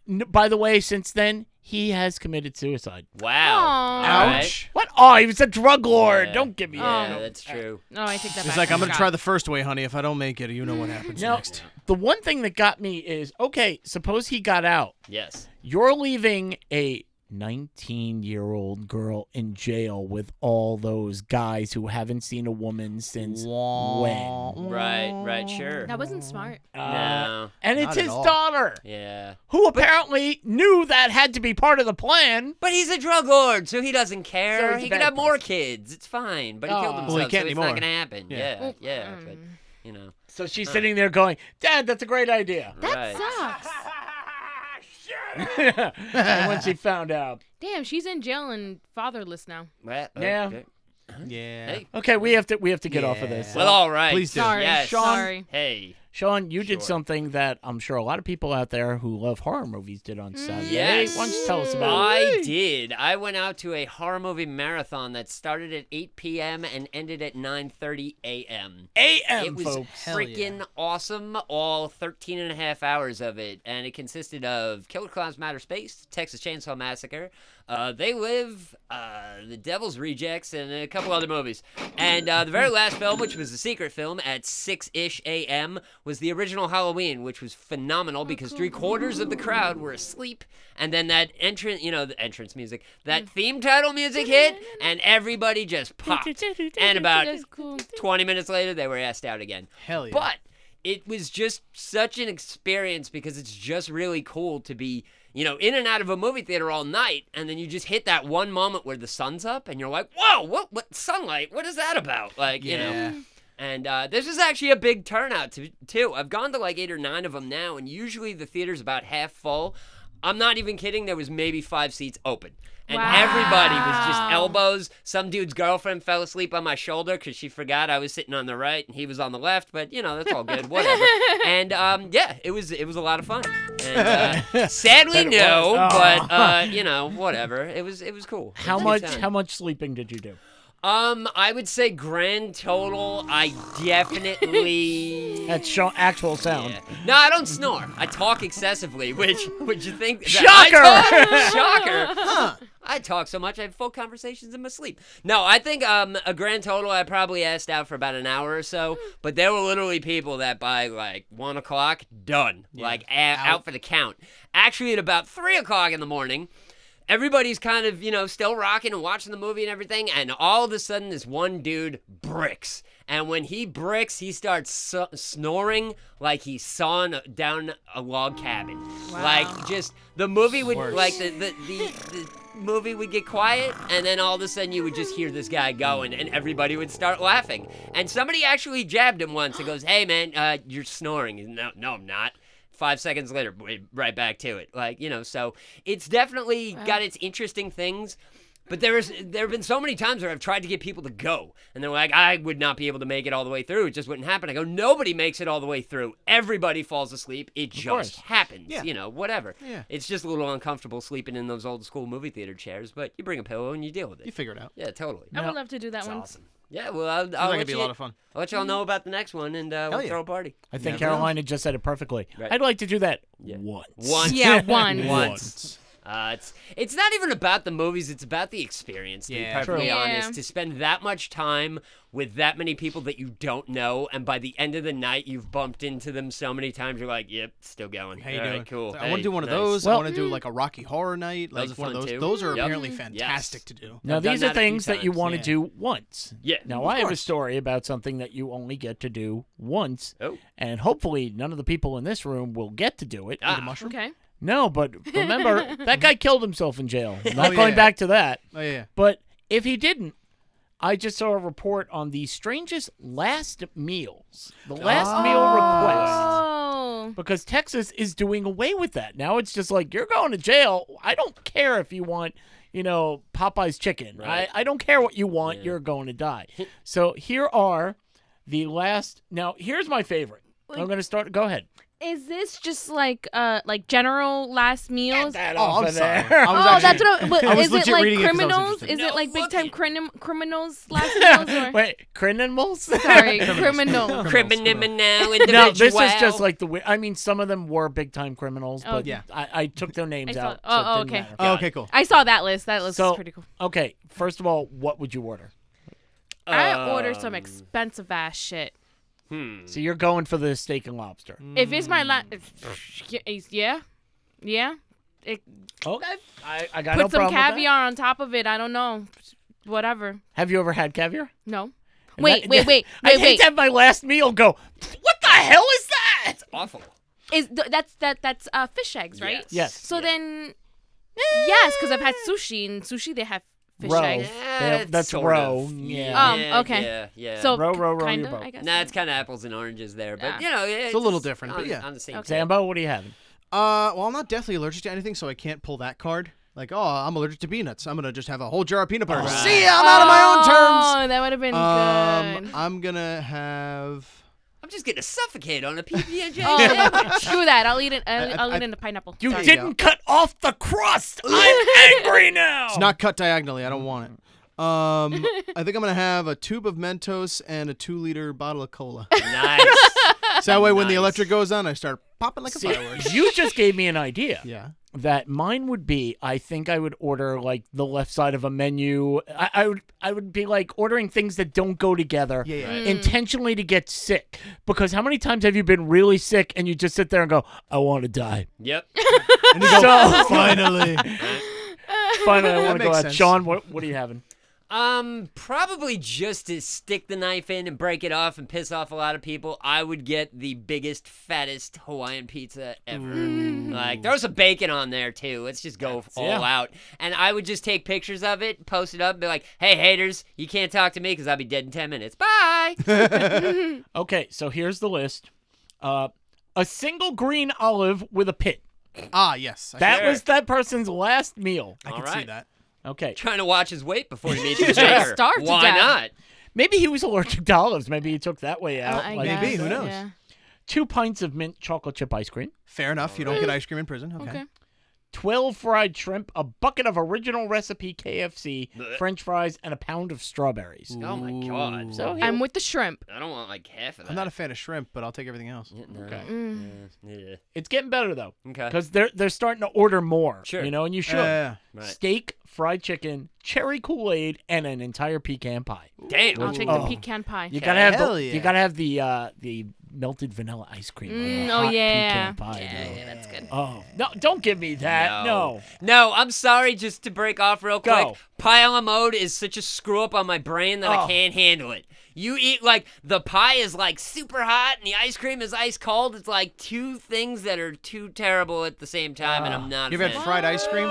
Speaker 2: N- by the way, since then he has committed suicide.
Speaker 4: Wow.
Speaker 1: Aw.
Speaker 4: All right.
Speaker 3: Ouch.
Speaker 2: What? Oh, he was a drug lord.
Speaker 4: Yeah. Oh,
Speaker 2: Don't give me
Speaker 4: Yeah,
Speaker 2: that.
Speaker 4: that's true.
Speaker 1: No, Oh, I take that back.
Speaker 3: He's like, I'm going to
Speaker 1: God.
Speaker 3: try the first way, honey. If I don't make it, you know what happens
Speaker 2: No.
Speaker 3: next.
Speaker 2: The one thing that got me is okay. Suppose he got out.
Speaker 4: Yes.
Speaker 2: You're leaving a 19 year old girl in jail with all those guys who haven't seen a woman since Uh, when?
Speaker 4: Right. Right. Sure.
Speaker 1: That wasn't smart.
Speaker 2: Uh,
Speaker 4: No.
Speaker 2: and it's
Speaker 3: Not at
Speaker 2: his
Speaker 3: all.
Speaker 2: daughter,
Speaker 4: Yeah.
Speaker 2: who apparently knew that had to be part of the plan.
Speaker 4: But he's a drug lord, so he doesn't care.
Speaker 2: he's a
Speaker 4: he can
Speaker 2: bad
Speaker 4: have more kids. It's fine. But he killed
Speaker 2: Aw.
Speaker 4: himself,
Speaker 2: Well,
Speaker 3: he can't
Speaker 4: so it's
Speaker 3: anymore.
Speaker 4: not gonna happen.
Speaker 3: Yeah.
Speaker 4: Yeah. Yeah.
Speaker 1: Well,
Speaker 4: but
Speaker 1: um,
Speaker 4: you know.
Speaker 2: So she's sitting there going, Dad, that's a great idea.
Speaker 1: That
Speaker 4: right.
Speaker 1: sucks.
Speaker 2: and when she found out.
Speaker 1: Damn, she's in jail and fatherless now.
Speaker 4: Well,
Speaker 2: Yeah.
Speaker 4: okay.
Speaker 3: Yeah.
Speaker 4: Hey.
Speaker 2: Okay, we have to we have to get off of this.
Speaker 3: Yeah.
Speaker 4: Well, all right.
Speaker 3: Please do.
Speaker 1: Sorry,
Speaker 4: Yes.
Speaker 1: sorry.
Speaker 4: Hey.
Speaker 2: Sean, you did
Speaker 4: Sure.
Speaker 2: something that I'm sure a lot of people out there who love horror movies did on Saturday.
Speaker 4: Yes.
Speaker 2: Why don't you tell us about it?
Speaker 4: I did. I went out to a horror movie marathon that started at 8 p.m. and ended at 9:30 a.m. It
Speaker 2: AM,
Speaker 4: was
Speaker 2: folks.
Speaker 3: Hell yeah.
Speaker 4: freaking awesome, all 13 and a half hours of it. And it consisted of Killer Clowns Matter Space, Texas Chainsaw Massacre, uh, They Live, uh, The Devil's Rejects, and a couple other movies. And uh, the very last film, which was a secret film at 6 ish a.m., was the original Halloween, which was phenomenal because three quarters of the crowd were asleep. And then that entrance, you know, the entrance music, that theme title music hit, and everybody just popped. And about
Speaker 1: That's cool.
Speaker 4: 20 minutes later, they were asked out again.
Speaker 3: Hell yeah.
Speaker 4: But it was just such an experience because it's just really cool to be, you know, in and out of a movie theater all night, and then you just hit that one moment where the sun's up, and you're like, "Whoa, what? What sunlight? What is that about?" Like, you know.
Speaker 3: Yeah.
Speaker 4: And uh, this is actually a big turnout to, too. I've gone to like eight or nine of them now, and usually the theater's about half full. I'm not even kidding. There was maybe five seats open, and everybody was just
Speaker 1: Wow.
Speaker 4: elbows. Some dude's girlfriend fell asleep on my shoulder because she forgot I was sitting on the right and he was on the left. But you know that's all good, whatever. and um, yeah, it was it was a lot of fun. And, uh, sadly, no,
Speaker 2: was.
Speaker 4: but uh, you know whatever. It was it was cool. It
Speaker 2: How
Speaker 4: was a good
Speaker 2: much
Speaker 4: time.
Speaker 2: how much sleeping did you do?
Speaker 4: Um, I would say grand total, I definitely.
Speaker 2: That's Sean actual sound.
Speaker 4: Yeah. No, I don't snore. I talk excessively, which would you think? that
Speaker 2: Shocker!
Speaker 4: I talk? Shocker! I talk so much I have full conversations in my sleep. No, I think um a grand total I probably asked out for about an hour or so, but there were literally people that by like one o'clock done, like a- out. for the count. Actually, at about three o'clock in the morning. Everybody's kind of, you know, still rocking and watching the movie and everything, and all of a sudden, this one dude bricks. And when he bricks, he starts so- snoring like he's sawing down a log cabin. Like, just the movie would, like, the, the, the, the movie would get quiet, and then all of a sudden you would just hear this guy going, and everybody would start laughing. And somebody actually jabbed him once and goes, "Hey, man, uh, you're snoring." He's, No, no, I'm not. Five seconds later, we- right back to it. Like you know, so it's definitely got its interesting things. But there is there have been so many times where I've tried to get people to go, and they're like, I would not be able to make it all the way through. It just wouldn't happen. I go, nobody makes it all the way through. Everybody falls asleep. It
Speaker 2: course.
Speaker 4: just happens.
Speaker 3: Yeah.
Speaker 4: You know, whatever.
Speaker 3: Yeah.
Speaker 4: It's just a little uncomfortable sleeping in those old school movie theater chairs, but you bring a pillow and you deal with it.
Speaker 3: You figure it out.
Speaker 4: yeah, totally.
Speaker 1: I
Speaker 2: No.
Speaker 1: would love to do that
Speaker 4: That's
Speaker 1: one.
Speaker 4: awesome. Yeah, well, I'll,
Speaker 3: Sounds
Speaker 4: I'll
Speaker 3: like
Speaker 4: let
Speaker 3: it'd be
Speaker 4: you,
Speaker 3: a lot of fun. Mm-hmm.
Speaker 4: I'll let y'all know about the next one, and uh, we'll
Speaker 3: yeah.
Speaker 4: throw a party.
Speaker 2: I think
Speaker 4: Never know.
Speaker 2: Carolina just said it perfectly.
Speaker 4: Right.
Speaker 2: I'd like to do that
Speaker 4: Yeah.
Speaker 2: once.
Speaker 4: Once.
Speaker 1: Yeah, one.
Speaker 4: Once. Uh, it's it's not even about the movies; it's about the experience. To
Speaker 3: Yeah,
Speaker 4: be
Speaker 1: true.
Speaker 4: perfectly
Speaker 1: Yeah.
Speaker 4: honest, to spend that much time with that many people that you don't know, and by the end of the night, you've bumped into them so many times, you're like, "Yep, still going."
Speaker 3: How you
Speaker 4: All right,
Speaker 3: doing?
Speaker 4: cool.
Speaker 3: I want
Speaker 4: Hey,
Speaker 3: to do one
Speaker 4: nice.
Speaker 3: of those. I
Speaker 2: Well-
Speaker 3: want to do like a Rocky Horror Night. Like
Speaker 4: Those are
Speaker 3: one of
Speaker 4: fun,
Speaker 3: those.
Speaker 4: too.
Speaker 3: Those are
Speaker 4: Yep.
Speaker 3: apparently
Speaker 4: Yes.
Speaker 3: fantastic to do.
Speaker 2: Now,
Speaker 4: I've done
Speaker 2: these are
Speaker 4: that a few
Speaker 2: things that you
Speaker 4: times,
Speaker 2: want to
Speaker 3: yeah.
Speaker 2: do once.
Speaker 4: Yeah,
Speaker 2: Now,
Speaker 4: of
Speaker 2: I have a
Speaker 4: course.
Speaker 2: story about something that you only get to do once.
Speaker 4: Oh.
Speaker 2: And hopefully, none of the people in this room will get to do it.
Speaker 4: Ah.
Speaker 3: The mushroom.
Speaker 1: Okay.
Speaker 2: No, but remember, that guy killed himself in jail. Not
Speaker 3: Oh,
Speaker 2: going
Speaker 3: yeah.
Speaker 2: back to that.
Speaker 3: Oh yeah.
Speaker 2: But if he didn't, I just saw a report on the strangest last meals, the last
Speaker 4: Ah.
Speaker 2: meal request.
Speaker 1: Oh.
Speaker 2: Because Texas is doing away with that. Now it's just like, you're going to jail. I don't care if you want, you know, Popeye's chicken.
Speaker 4: Right.
Speaker 2: I, I don't care what you want.
Speaker 4: Yeah.
Speaker 2: You're going to die. So here are the last. Now, here's my favorite. I'm
Speaker 1: Wait.
Speaker 2: going to start. Go ahead.
Speaker 1: Is this just like uh like general last meals?
Speaker 2: That
Speaker 3: Oh,
Speaker 2: off
Speaker 3: I'm
Speaker 2: of
Speaker 3: sorry.
Speaker 2: there.
Speaker 3: I was
Speaker 1: oh,
Speaker 3: actually,
Speaker 1: that's what I, but
Speaker 3: I was
Speaker 1: is it
Speaker 3: legit
Speaker 1: like
Speaker 3: reading it 'cause I was
Speaker 1: criminals?
Speaker 3: interested.
Speaker 1: Is it
Speaker 4: No,
Speaker 1: like big
Speaker 4: look
Speaker 1: time
Speaker 4: it.
Speaker 1: crim- criminals last meals? Or?
Speaker 2: Wait, criminals?
Speaker 1: Sorry, criminals.
Speaker 4: Criminal
Speaker 2: No,
Speaker 4: individual.
Speaker 2: this is just like the. wi- I mean, some of them were big time criminals,
Speaker 1: Oh,
Speaker 2: but
Speaker 3: yeah.
Speaker 2: I, I took their names
Speaker 1: I saw-
Speaker 2: out.
Speaker 1: oh,
Speaker 2: so it
Speaker 1: oh,
Speaker 2: didn't
Speaker 1: okay.
Speaker 2: matter.
Speaker 3: Oh, okay, cool.
Speaker 1: I saw that list. That list
Speaker 2: So-
Speaker 1: is pretty cool.
Speaker 2: Okay, first of all, what would you order?
Speaker 1: I ordered some
Speaker 4: Um,
Speaker 1: expensive ass shit.
Speaker 4: hmm.
Speaker 2: So you're going for the steak and lobster.
Speaker 3: Mm.
Speaker 1: If it's my last, yeah, yeah, it,
Speaker 2: Okay, I, I got
Speaker 1: put
Speaker 2: no
Speaker 1: some
Speaker 2: problem with that.
Speaker 1: caviar on top of it. I don't know, whatever.
Speaker 2: Have you ever had caviar?
Speaker 1: No,
Speaker 2: And
Speaker 1: wait,
Speaker 2: that-
Speaker 1: wait, wait,
Speaker 2: I
Speaker 1: wait,
Speaker 2: hate
Speaker 1: wait.
Speaker 2: to have my last meal go. What the hell is that?
Speaker 4: Awful.
Speaker 1: Is th- that's that that's uh, fish eggs, right?
Speaker 4: Yes.
Speaker 2: Yes. Eh.
Speaker 1: So then, yes, because I've had sushi and sushi they have fish
Speaker 2: Roe.
Speaker 1: eggs.
Speaker 2: They have- that's
Speaker 4: sort
Speaker 2: roe.
Speaker 4: of.
Speaker 2: Yeah.
Speaker 1: Um,
Speaker 4: Yeah,
Speaker 1: okay.
Speaker 4: Yeah. Yeah.
Speaker 1: So
Speaker 2: Row, row, row
Speaker 1: kinda,
Speaker 2: your boat.
Speaker 1: I guess.
Speaker 4: Nah, it's kind of apples and oranges there,
Speaker 1: Yeah.
Speaker 4: but you know,
Speaker 3: It's a little different,
Speaker 4: on,
Speaker 3: but yeah.
Speaker 4: on the same.
Speaker 1: Okay.
Speaker 4: tip.
Speaker 2: Zambo, what are you having?
Speaker 3: Uh, well, I'm not deathly allergic to anything, so I can't pull that card. Like, oh, I'm allergic to peanuts. I'm gonna just have a whole jar of peanut butter.
Speaker 4: Alright.
Speaker 3: See, I'm out of my
Speaker 1: Oh, that would have been
Speaker 3: own terms. Um,
Speaker 1: good.
Speaker 3: I'm gonna have.
Speaker 4: I'm just gonna suffocate on a PB and J.
Speaker 1: Oh, screw that. I'll eat it. I'll,
Speaker 3: I-
Speaker 1: I'll
Speaker 3: I-
Speaker 1: eat it in a pineapple.
Speaker 2: You
Speaker 1: Sorry.
Speaker 2: didn't cut off the crust. I'm angry now.
Speaker 3: It's not cut diagonally. I don't want it. Um, I think I'm gonna have a tube of Mentos and a two-liter bottle of cola.
Speaker 4: Nice.
Speaker 3: So that way, when the
Speaker 4: Nice.
Speaker 3: electric goes on, I start popping like a
Speaker 2: See,
Speaker 3: firework.
Speaker 2: you just gave me an idea.
Speaker 3: Yeah.
Speaker 2: that mine would be I think I would order like the left side of a menu. I, I would I would be like ordering things that don't go together
Speaker 3: Yeah, yeah.
Speaker 1: Mm.
Speaker 3: Right.
Speaker 2: intentionally to get sick. Because how many times have you been really sick and you just sit there and go, I want to die.
Speaker 4: Yep.
Speaker 3: And you go,
Speaker 2: So-
Speaker 3: finally.
Speaker 2: Finally I want to go
Speaker 3: That makes
Speaker 2: out.
Speaker 3: sense.
Speaker 2: Sean, what what are you having?
Speaker 4: Um, probably just to stick the knife in and break it off and piss off a lot of people, I would get the biggest, fattest Hawaiian pizza ever. Like, throw some bacon on there too. Let's just go all
Speaker 2: yeah.
Speaker 4: out. And I would just take pictures of it, post it up, and be like, "Hey haters, you can't talk to me because I'll be dead in ten minutes. Bye."
Speaker 2: Okay, so here's the list. Uh a single green olive with a pit.
Speaker 3: ah, yes. I
Speaker 2: That
Speaker 3: can-
Speaker 2: was that person's last meal.
Speaker 3: I can see
Speaker 4: Alright.
Speaker 3: that.
Speaker 2: Okay.
Speaker 4: Trying to watch his weight before he meets his
Speaker 1: Trying to
Speaker 4: maker.
Speaker 1: starve to
Speaker 4: Why
Speaker 1: death.
Speaker 4: not?
Speaker 2: Maybe he was allergic to olives. Maybe he took that way out.
Speaker 1: Oh, I
Speaker 2: Like,
Speaker 1: guess.
Speaker 3: Maybe, who knows?
Speaker 1: Yeah.
Speaker 2: Two pints of mint chocolate chip ice cream.
Speaker 3: Fair enough. You don't get ice cream in prison. Okay.
Speaker 1: Okay.
Speaker 2: 12 fried shrimp, a bucket of original recipe KFC, french fries, and a pound of strawberries.
Speaker 4: Oh my god.
Speaker 2: So
Speaker 1: I'm
Speaker 2: he,
Speaker 1: with the shrimp.
Speaker 4: I don't want like half of that. Mm,
Speaker 3: I'm not a fan of shrimp, but I'll take everything else.
Speaker 2: Okay.
Speaker 4: Yeah.
Speaker 2: it's getting better though.
Speaker 4: Okay.
Speaker 2: Because they're, they're starting to order more.
Speaker 4: Sure.
Speaker 2: You know, and you should.
Speaker 3: Yeah, yeah,
Speaker 4: Right.
Speaker 2: Steak, fried chicken, cherry Kool Aid, and an entire pecan pie.
Speaker 4: Damn.
Speaker 1: I'll take
Speaker 2: Oh.
Speaker 1: the pecan pie.
Speaker 2: You gotta have
Speaker 3: Hell
Speaker 2: the
Speaker 3: yeah.
Speaker 2: you gotta have the uh, the melted vanilla ice cream. on a
Speaker 1: Mm, oh,
Speaker 2: hot
Speaker 1: yeah.
Speaker 2: pecan pie, dude.
Speaker 1: that's good.
Speaker 2: Oh no! Don't give me that. Uh, No.
Speaker 4: No, I'm sorry. Just to break off real
Speaker 2: Go.
Speaker 4: quick, pile of mode is such a screw up on my brain that
Speaker 2: Oh.
Speaker 4: I can't handle it. You eat like the pie is like super hot and the ice cream is ice cold. It's like two things that are too terrible at the same time, and
Speaker 2: Ah.
Speaker 4: I'm not.
Speaker 3: You
Speaker 4: a
Speaker 3: ever had
Speaker 4: fan.
Speaker 3: fried ice cream?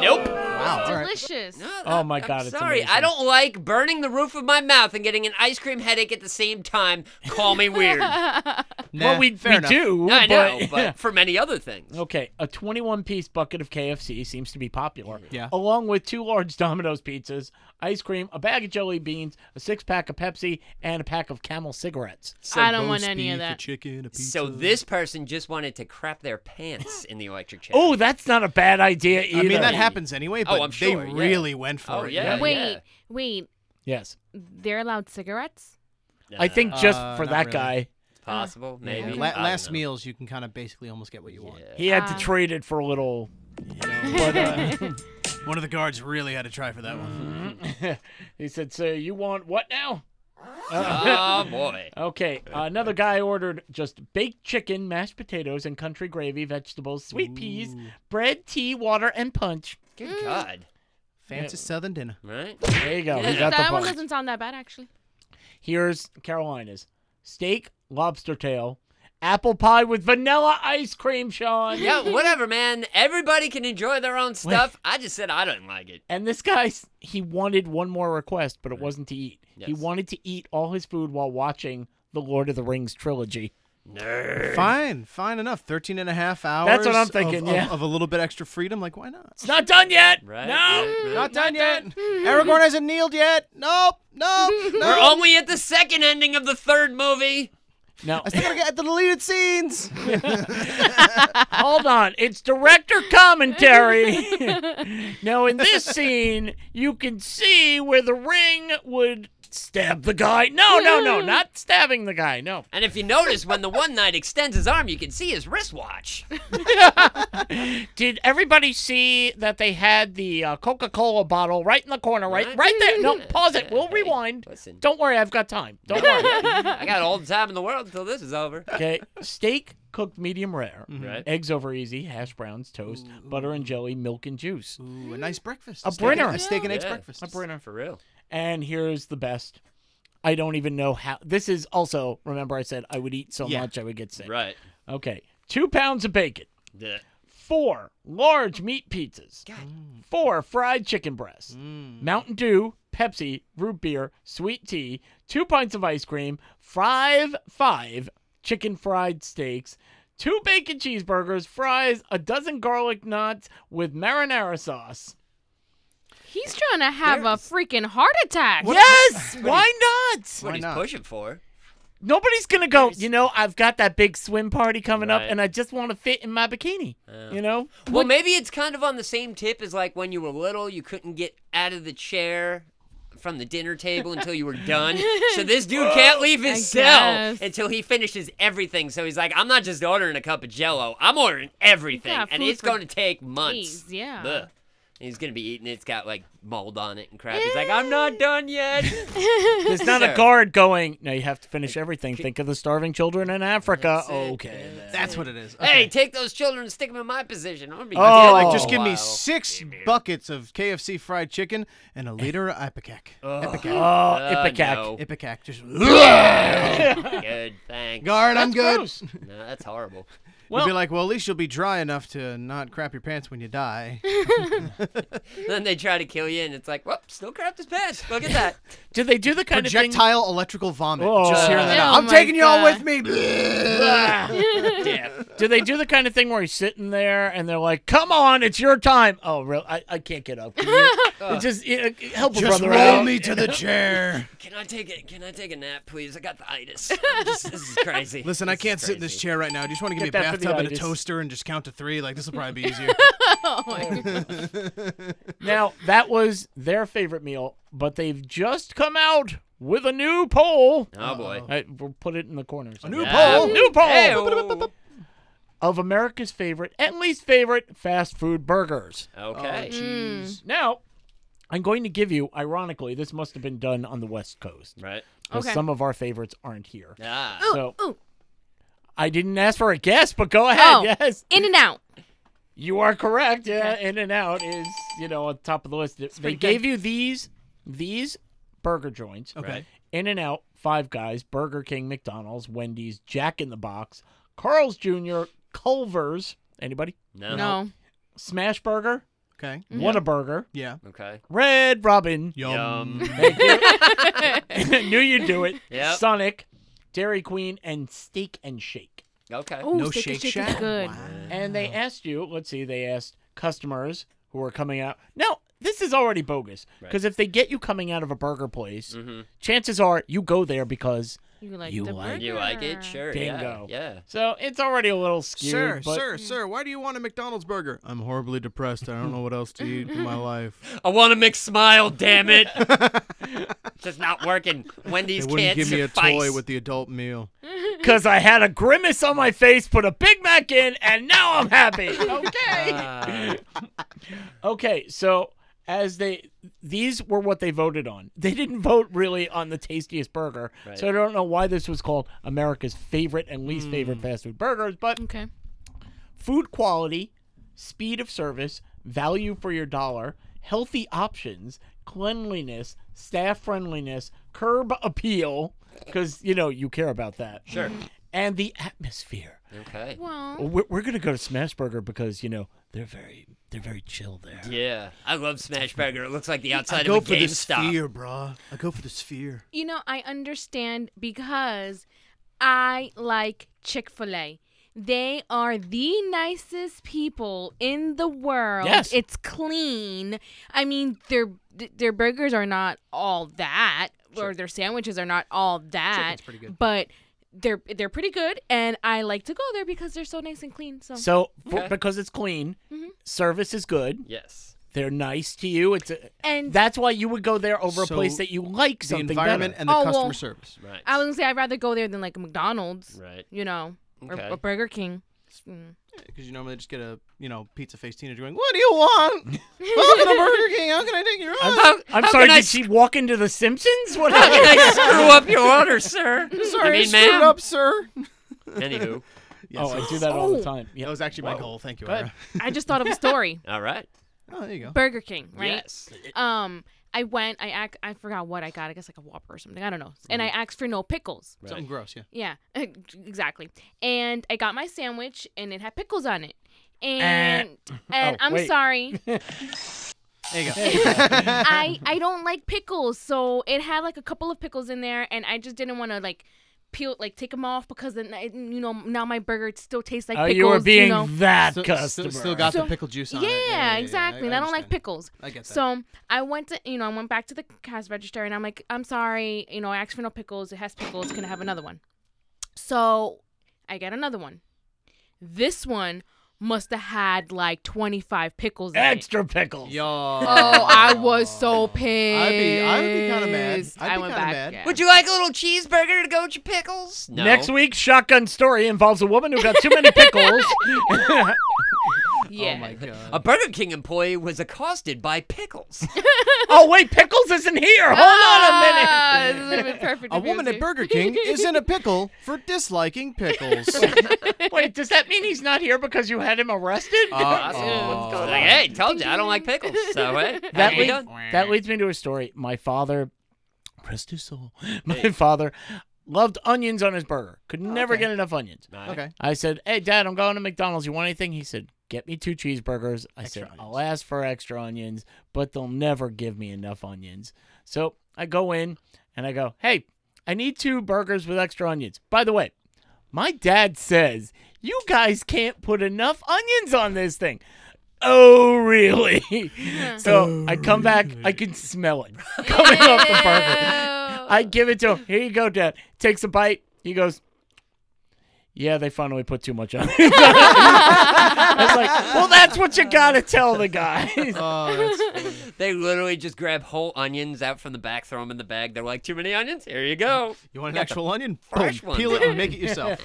Speaker 4: Nope.
Speaker 3: Wow. All right.
Speaker 1: Delicious.
Speaker 4: No,
Speaker 2: Oh
Speaker 4: I'm-
Speaker 2: my
Speaker 4: I'm
Speaker 2: God, it's
Speaker 4: sorry, I
Speaker 2: amazing.
Speaker 4: don't like burning the roof of my mouth and getting an ice cream headache at the same time. Call me weird. I
Speaker 3: Nah,
Speaker 2: well, we,
Speaker 3: fair
Speaker 2: we
Speaker 3: enough.
Speaker 2: do.
Speaker 4: know,
Speaker 2: but,
Speaker 4: but for many other things.
Speaker 2: Okay, a 21 piece bucket of KFC seems to be popular.
Speaker 3: Yeah.
Speaker 2: Along with two large Domino's pizzas, ice cream, a bag of jelly beans, a six pack of Pepsi, and a pack of camel cigarettes.
Speaker 4: So
Speaker 1: I don't want any of that.
Speaker 4: So this person just wanted to crap their pants in the electric chair.
Speaker 2: Oh, that's not a bad idea either.
Speaker 3: I mean, that happens anyway, but
Speaker 4: Oh, I'm sure,
Speaker 3: they
Speaker 4: yeah.
Speaker 3: really went for
Speaker 4: Oh,
Speaker 3: it.
Speaker 4: yeah.
Speaker 1: Wait,
Speaker 4: yeah.
Speaker 1: wait.
Speaker 2: Yes.
Speaker 1: They're allowed cigarettes?
Speaker 2: I think just
Speaker 3: Uh,
Speaker 2: for
Speaker 3: not
Speaker 2: that
Speaker 3: really.
Speaker 2: guy,
Speaker 4: possible,
Speaker 3: Yeah,
Speaker 4: maybe.
Speaker 3: la-
Speaker 4: I don't
Speaker 3: last
Speaker 4: know.
Speaker 3: meals, you can kind of basically almost get what you want.
Speaker 2: he had
Speaker 1: Ah.
Speaker 2: to trade it for a little. You know, but, uh,
Speaker 3: One of the guards really had to try for that one.
Speaker 2: he said, "So you want what now?"
Speaker 4: Oh boy.
Speaker 2: Okay,
Speaker 3: Uh,
Speaker 2: another guy ordered just baked chicken, mashed potatoes, and country gravy, vegetables, sweet peas, bread, tea, water, and punch.
Speaker 3: Mm.
Speaker 4: Good God.
Speaker 3: Fancy Southern dinner.
Speaker 4: Right?
Speaker 2: There you go. He
Speaker 4: Yeah.
Speaker 2: got the
Speaker 1: that one
Speaker 2: punch.
Speaker 1: doesn't sound that bad, actually.
Speaker 2: Here's Carolina's steak, lobster tail, apple pie with vanilla ice cream, Sean.
Speaker 4: Yeah, whatever, man. Everybody can enjoy their own stuff. I just said I don't like it.
Speaker 2: And this guy, s- he wanted one more request, but it wasn't to eat. He
Speaker 4: Yes.
Speaker 2: wanted to eat all his food while watching the Lord of the Rings trilogy.
Speaker 4: Nerd.
Speaker 3: Fine, fine enough. 13 and a half hours.
Speaker 2: That's what I'm
Speaker 3: of-
Speaker 2: thinking,
Speaker 3: Of,
Speaker 2: yeah.
Speaker 3: of a little bit extra freedom. Like, why not?
Speaker 2: It's not done yet.
Speaker 4: Right,
Speaker 2: No,
Speaker 4: right, right.
Speaker 3: Not done yet.
Speaker 2: Mm-hmm.
Speaker 3: Aragorn hasn't kneeled yet. Nope. Nope.
Speaker 4: We're
Speaker 3: nope.
Speaker 4: only at the second ending of the third movie.
Speaker 2: no.
Speaker 3: I still gotta get the deleted scenes.
Speaker 2: Hold on. It's director commentary. now, in this scene, you can see where the ring would stab the guy. No, no, no. Not stabbing the guy. No.
Speaker 4: And if you notice, when the one knight extends his arm, you can see his wristwatch.
Speaker 2: Did everybody see that they had the uh, Coca Cola bottle right in the corner, right,
Speaker 4: Right.
Speaker 2: right there? No, pause it. We'll
Speaker 4: Hey,
Speaker 2: rewind.
Speaker 4: listen.
Speaker 2: Don't worry, I've got time. Don't worry.
Speaker 4: I got all the time in the world until this is over.
Speaker 2: Okay, steak cooked medium rare,
Speaker 4: Right.
Speaker 2: eggs over easy, hash browns, toast, butter and jelly, milk and juice.
Speaker 3: Ooh, a nice breakfast.
Speaker 2: A
Speaker 3: steak and-
Speaker 2: Brenner.
Speaker 3: A steak and eggs
Speaker 4: Yeah.
Speaker 3: breakfast.
Speaker 2: A Brenner.
Speaker 4: For real.
Speaker 2: And here's the best. I don't even know how. This is also remember I said I would eat so
Speaker 3: Yeah.
Speaker 2: much I would get sick.
Speaker 4: Right.
Speaker 2: Okay, two pounds of bacon,
Speaker 4: Yeah.
Speaker 2: four large meat pizzas,
Speaker 4: God.
Speaker 2: four fried chicken breasts,
Speaker 4: Mm.
Speaker 2: Mountain Dew, Pepsi, root beer, sweet tea, two pints of ice cream, five five chicken fried steaks, two bacon cheeseburgers, fries, a dozen garlic knots with marinara sauce.
Speaker 1: He's trying to have a freaking heart attack.
Speaker 2: Yes, why not?
Speaker 4: What he's
Speaker 3: not?
Speaker 4: pushing for.
Speaker 2: Nobody's gonna go. You know, I've got that big swim party coming up,
Speaker 4: Right.
Speaker 2: and I just want to fit in my bikini. You know,
Speaker 4: Well, maybe it's kind of on the same tip as like when you were little, you couldn't get out of the chair from the dinner table until you were done. So this dude can't leave his
Speaker 1: I
Speaker 4: cell
Speaker 1: guess.
Speaker 4: until he finishes everything. So he's like, I'm not just ordering a cup of jello, I'm ordering everything.
Speaker 1: got
Speaker 4: And
Speaker 1: food
Speaker 4: it's
Speaker 1: for
Speaker 4: going to take months.
Speaker 1: days, yeah.
Speaker 4: Ugh. And he's going to be eating it. It's got like mold on it and crap. He's like, I'm not done yet.
Speaker 2: there's not a
Speaker 4: Sir.
Speaker 2: guard going. No, you have to finish everything. Think of the starving children in Africa. Okay. then.
Speaker 3: That's what it is.
Speaker 4: Hey, take those children and stick them in my position. I'm gonna be
Speaker 2: Oh.
Speaker 4: dead
Speaker 2: Yeah,
Speaker 3: Like,
Speaker 4: for
Speaker 3: just
Speaker 4: a
Speaker 3: give me
Speaker 4: while.
Speaker 3: six buckets of KFC fried chicken and a liter of ipecac. Ipecac.
Speaker 2: Eh. Oh,
Speaker 4: Uh,
Speaker 2: Ipecac.
Speaker 4: no.
Speaker 3: Ipecac. Just
Speaker 4: Good, thanks.
Speaker 3: guard. I'm
Speaker 2: That's
Speaker 3: good.
Speaker 2: gross.
Speaker 4: No, that's horrible.
Speaker 2: Well-
Speaker 3: You'd be like, well, at least you'll be dry enough to not crap your pants when you die.
Speaker 4: then they try to kill you, and it's like, whoop, still crapped his pants. Look at that.
Speaker 2: Do they do the kind of
Speaker 3: Projectile electrical vomit.
Speaker 2: Oh.
Speaker 3: Just hearing that.
Speaker 1: Oh
Speaker 3: out. I'm
Speaker 1: my
Speaker 3: taking you all
Speaker 1: God.
Speaker 3: with me.
Speaker 2: thing? Do they do the kind of thing where he's sitting there and they're like, "Come on, it's your time." Oh, real? I, I can't get up. Can you- just you know, help a
Speaker 3: Just
Speaker 2: brother
Speaker 3: roll
Speaker 2: out.
Speaker 3: me to the chair.
Speaker 4: Can I take it? Can I take a nap, please? I got the itis. I'm just- this is crazy.
Speaker 3: Listen, I
Speaker 4: is
Speaker 3: can't sit in this
Speaker 4: crazy.
Speaker 3: chair right now. Do you just want to give
Speaker 2: Get
Speaker 3: me a
Speaker 2: that for the
Speaker 3: bathtub and a
Speaker 2: itis.
Speaker 3: toaster and just count to three? Like, this will probably be easier.
Speaker 2: Now that was their favorite meal, but they've just come out with a new poll.
Speaker 4: Oh boy.
Speaker 2: I, we'll put it in the corners.
Speaker 3: a new
Speaker 4: Yeah.
Speaker 3: poll.
Speaker 2: New poll.
Speaker 4: Hey-o.
Speaker 2: of America's favorite and least favorite fast food burgers.
Speaker 1: Oh,
Speaker 3: Oh,
Speaker 4: Okay.
Speaker 3: Jeez.
Speaker 2: Now, I'm going to give you, ironically, this must have been done on the West Coast.
Speaker 4: Right.
Speaker 2: 'cause
Speaker 1: Okay.
Speaker 2: Some of our favorites aren't here.
Speaker 4: Ah.
Speaker 2: So
Speaker 1: Ooh,
Speaker 2: I didn't ask for a guess, but go ahead.
Speaker 1: Oh.
Speaker 2: Yes.
Speaker 1: in and out.
Speaker 2: You are correct. Yeah, In and Out is, you know, on top of the list. they
Speaker 1: pretty
Speaker 2: gave
Speaker 1: good. Oh.
Speaker 2: you these these burger joints.
Speaker 3: Okay.
Speaker 2: In and Out, Five Guys, Burger King, McDonald's, Wendy's, Jack in the Box, Carl's Jr., Culver's, anybody?
Speaker 4: No.
Speaker 1: No.
Speaker 2: Smash Burger,
Speaker 3: Okay.
Speaker 1: Mm-hmm.
Speaker 2: Whataburger,
Speaker 3: Yeah.
Speaker 4: Okay.
Speaker 2: Red Robin,
Speaker 4: Yum.
Speaker 2: knew you'd do it,
Speaker 4: Yep.
Speaker 2: Sonic, Dairy Queen, and Steak and Shake.
Speaker 4: Okay.
Speaker 1: Oh,
Speaker 3: No
Speaker 1: Shake
Speaker 3: Shake
Speaker 1: Shack is
Speaker 3: Shack.
Speaker 1: good.
Speaker 3: Wow.
Speaker 2: And they asked you, let's see, they asked customers who were coming out. Now, this is already bogus because if they get you coming out of a burger place,
Speaker 4: Mm.
Speaker 2: chances are you go there because.
Speaker 1: You like
Speaker 2: You
Speaker 1: the
Speaker 2: like-
Speaker 4: Mm-hmm. You like it?
Speaker 1: burger.
Speaker 4: Sure.
Speaker 2: Bingo.
Speaker 4: Yeah. yeah.
Speaker 2: So it's already a little skewed.
Speaker 3: Sir,
Speaker 2: but
Speaker 1: Mm.
Speaker 3: sir, sir, why do you want a McDonald's burger? I'm horribly depressed. I don't know what else to eat in my life.
Speaker 4: I want a McSmile, damn it. it's just not working. Wendy's
Speaker 3: They wouldn't
Speaker 4: can't
Speaker 3: give me a
Speaker 4: suffice.
Speaker 3: toy with the adult meal.
Speaker 2: Because I had a grimace on my face, put a Big Mac in, and now I'm happy. okay.
Speaker 4: Ah.
Speaker 2: Okay, so as they these were what they voted on. They didn't vote really on the tastiest burger.
Speaker 4: Right.
Speaker 2: So I don't know why this was called America's favorite and least favorite fast food burgers, but
Speaker 1: Okay.
Speaker 2: food quality, speed of service, value for your dollar, healthy options, cleanliness, staff friendliness, curb appeal cuz you know you care about that.
Speaker 4: Sure.
Speaker 2: And the atmosphere.
Speaker 4: okay.
Speaker 1: Well,
Speaker 2: We're, we're going to go to Smashburger because you know they're very they're very chill there.
Speaker 4: Yeah. I love Smash Burger. It looks like the
Speaker 3: I
Speaker 4: outside
Speaker 3: go
Speaker 4: of a
Speaker 3: for the
Speaker 4: GameStop.
Speaker 3: sphere, brah. I go for the sphere.
Speaker 1: you know, I understand because I like Chick fil A. They are the nicest people in the world.
Speaker 2: Yes.
Speaker 1: It's clean. I mean, their their burgers are not all that, or their sandwiches are not all that.
Speaker 3: Chicken's pretty good.
Speaker 1: But they're they're pretty good, and I like to go there because they're so nice and clean. So,
Speaker 2: So for,
Speaker 4: Okay.
Speaker 2: because it's clean,
Speaker 4: Mm-hmm.
Speaker 2: service is good.
Speaker 4: Yes.
Speaker 2: They're nice to you. It's a,
Speaker 1: and
Speaker 2: that's why you would go there over
Speaker 3: So
Speaker 2: a place that you like
Speaker 3: The
Speaker 2: something
Speaker 3: environment
Speaker 2: better.
Speaker 3: and the
Speaker 1: Oh,
Speaker 3: customer
Speaker 1: well.
Speaker 3: service.
Speaker 4: Right.
Speaker 1: I was gonna say I'd rather go there than like McDonald's.
Speaker 4: Right.
Speaker 1: you know, or,
Speaker 4: Okay.
Speaker 1: or Burger King. Mm.
Speaker 3: Because you normally just get a you know pizza face teenager going, "What do you want? Welcome to Burger King. How can I take your order?
Speaker 4: How,
Speaker 2: I'm
Speaker 4: how
Speaker 2: sorry.
Speaker 4: can I
Speaker 2: Did she walk into the Simpsons? What?
Speaker 4: How can I screw up your order, sir?
Speaker 3: Sorry, I
Speaker 4: you mean,
Speaker 3: screwed
Speaker 4: ma'am?
Speaker 3: up, sir."
Speaker 4: Anywho.
Speaker 3: Yes.
Speaker 2: oh, I do that all
Speaker 1: Oh.
Speaker 2: the time. Yeah.
Speaker 3: That was actually my
Speaker 2: Whoa.
Speaker 3: goal. Thank you,
Speaker 2: Good.
Speaker 3: Ira.
Speaker 1: I just thought of a story.
Speaker 4: All right.
Speaker 3: Oh, there you go.
Speaker 1: Burger King, right?
Speaker 4: Yes.
Speaker 1: Um, I went. I ac- I forgot what I got. I guess like a Whopper or something. I don't know. And I asked for no pickles.
Speaker 3: Something gross, yeah.
Speaker 1: Yeah, exactly. And I got my sandwich, and it had pickles on it. And and
Speaker 2: Oh,
Speaker 1: I'm
Speaker 2: wait.
Speaker 1: sorry,
Speaker 3: There you go.
Speaker 1: I I don't like pickles, so it had like a couple of pickles in there, and I just didn't want to like peel like take them off because then I- you know now my burger still tastes like
Speaker 2: oh,
Speaker 1: pickles.
Speaker 2: you were being
Speaker 1: know?
Speaker 2: that
Speaker 3: Still-
Speaker 2: customer.
Speaker 3: Still, still got
Speaker 1: So-
Speaker 3: the pickle juice on
Speaker 1: yeah,
Speaker 3: it.
Speaker 1: exactly. and I, don't like
Speaker 3: understand.
Speaker 1: pickles.
Speaker 3: I get that.
Speaker 1: So I went to, you know, I went back to the cash register and I'm like, I'm sorry, you know, I asked for no pickles. It has pickles. Can I have another one? So I get another one. This one must have had like 25 pickles in it.
Speaker 2: extra pickles.
Speaker 3: Yo.
Speaker 1: Oh, I was so pissed.
Speaker 3: I'd be kinda mad. I'd
Speaker 1: I
Speaker 3: be
Speaker 1: went
Speaker 3: kinda
Speaker 1: back.
Speaker 3: mad.
Speaker 1: yeah.
Speaker 4: Would you like a little cheeseburger to go with your pickles? No.
Speaker 2: Next week, shotgun story involves a woman who got too many pickles.
Speaker 1: Yeah.
Speaker 3: Oh my god.
Speaker 4: A Burger King employee was accosted by pickles.
Speaker 2: oh wait, pickles isn't here. Hold
Speaker 1: Ah, this would've been perfect
Speaker 3: A
Speaker 1: if it
Speaker 3: woman
Speaker 1: was
Speaker 3: at
Speaker 1: you.
Speaker 3: Burger King is in a pickle for disliking pickles.
Speaker 2: on a minute. Wait, does that mean he's not here because you had him arrested?
Speaker 1: Uh,
Speaker 4: It's Oh. like, hey, told you I don't like pickles. So hey,
Speaker 2: that
Speaker 4: how you
Speaker 2: leads,
Speaker 4: doing?
Speaker 2: that leads me to a story. My father, rest his soul, my father loved onions on his burger. Could never
Speaker 3: okay.
Speaker 2: get enough onions.
Speaker 3: okay.
Speaker 2: I said, "Hey, Dad, I'm going to McDonald's. You want anything?" He said, "Get me two cheeseburgers." I said,
Speaker 3: Extra
Speaker 2: "I'll ask for extra onions, but they'll never give me enough onions." So I go in and I go, "Hey, I need two burgers with extra onions." By the way, my dad says you guys can't put enough onions on this thing. Oh, really? so I come back. I can smell it coming off the burger. I give it to him. Here you go, Dad. Takes a bite. He goes, Yeah, they finally put too much on it. I was like, Well, that's what you got to tell the guys.
Speaker 3: Oh, that's
Speaker 4: They literally just grab whole onions out from the back, throw them in the bag. They're like, too many onions? Here you go.
Speaker 3: You want an
Speaker 4: Got
Speaker 3: actual onion?
Speaker 4: fresh
Speaker 3: Boom.
Speaker 4: one.
Speaker 3: Peel it and make it yourself.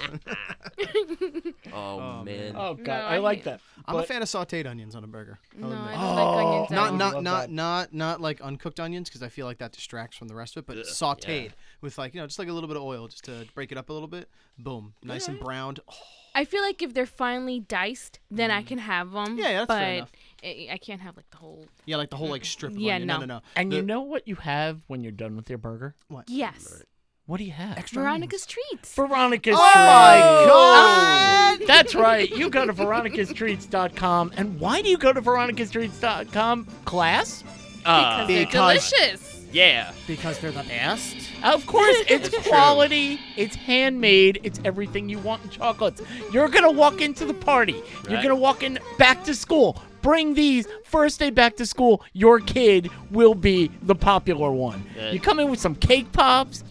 Speaker 4: the- Oh, man.
Speaker 2: Oh, God.
Speaker 1: No,
Speaker 2: I
Speaker 1: I
Speaker 2: like
Speaker 1: hate-
Speaker 2: that.
Speaker 3: I'm a
Speaker 2: But-
Speaker 3: fan of sauteed onions on a burger. I'll
Speaker 1: No,
Speaker 3: admit.
Speaker 1: I don't like onions. at
Speaker 2: Oh.
Speaker 3: not
Speaker 1: all.
Speaker 2: would
Speaker 3: not
Speaker 2: love
Speaker 3: not
Speaker 2: that.
Speaker 3: not not like uncooked onions because I feel like that distracts from the rest of it. But sautéed with like you know just like a little bit of oil just to break it up a little bit. Boom, nice and browned. Oh,
Speaker 1: I feel like if they're finely diced, then I can have them.
Speaker 3: Mm. Yeah, yeah, that's
Speaker 1: but
Speaker 3: fair enough.
Speaker 1: I, I can't have like the whole.
Speaker 3: yeah, like the whole like strip. Of
Speaker 1: Yeah,
Speaker 3: onion. no,
Speaker 1: no.
Speaker 3: no, no.
Speaker 2: And you
Speaker 3: The-
Speaker 2: know what you have when you're done with your burger?
Speaker 3: what?
Speaker 1: Yes.
Speaker 2: What do you have?
Speaker 1: Veronica's treats.
Speaker 2: Veronica's
Speaker 3: Oh my
Speaker 2: Treats.
Speaker 3: god!
Speaker 2: That's right. You go to veronicastreats.com. And why do you go to veronicastreats.com, class?
Speaker 4: Oh,
Speaker 1: because they're
Speaker 3: because-
Speaker 1: delicious.
Speaker 4: yeah.
Speaker 3: Because they're the best.
Speaker 2: Of course, it's
Speaker 4: That's true.
Speaker 2: quality, it's handmade, it's everything you want in chocolates. You're gonna walk into the party. You're
Speaker 4: Right.
Speaker 2: gonna walk in back to school. Bring these first day back to school. Your kid will be the popular one.
Speaker 4: Yeah.
Speaker 2: You come in with some cake pops,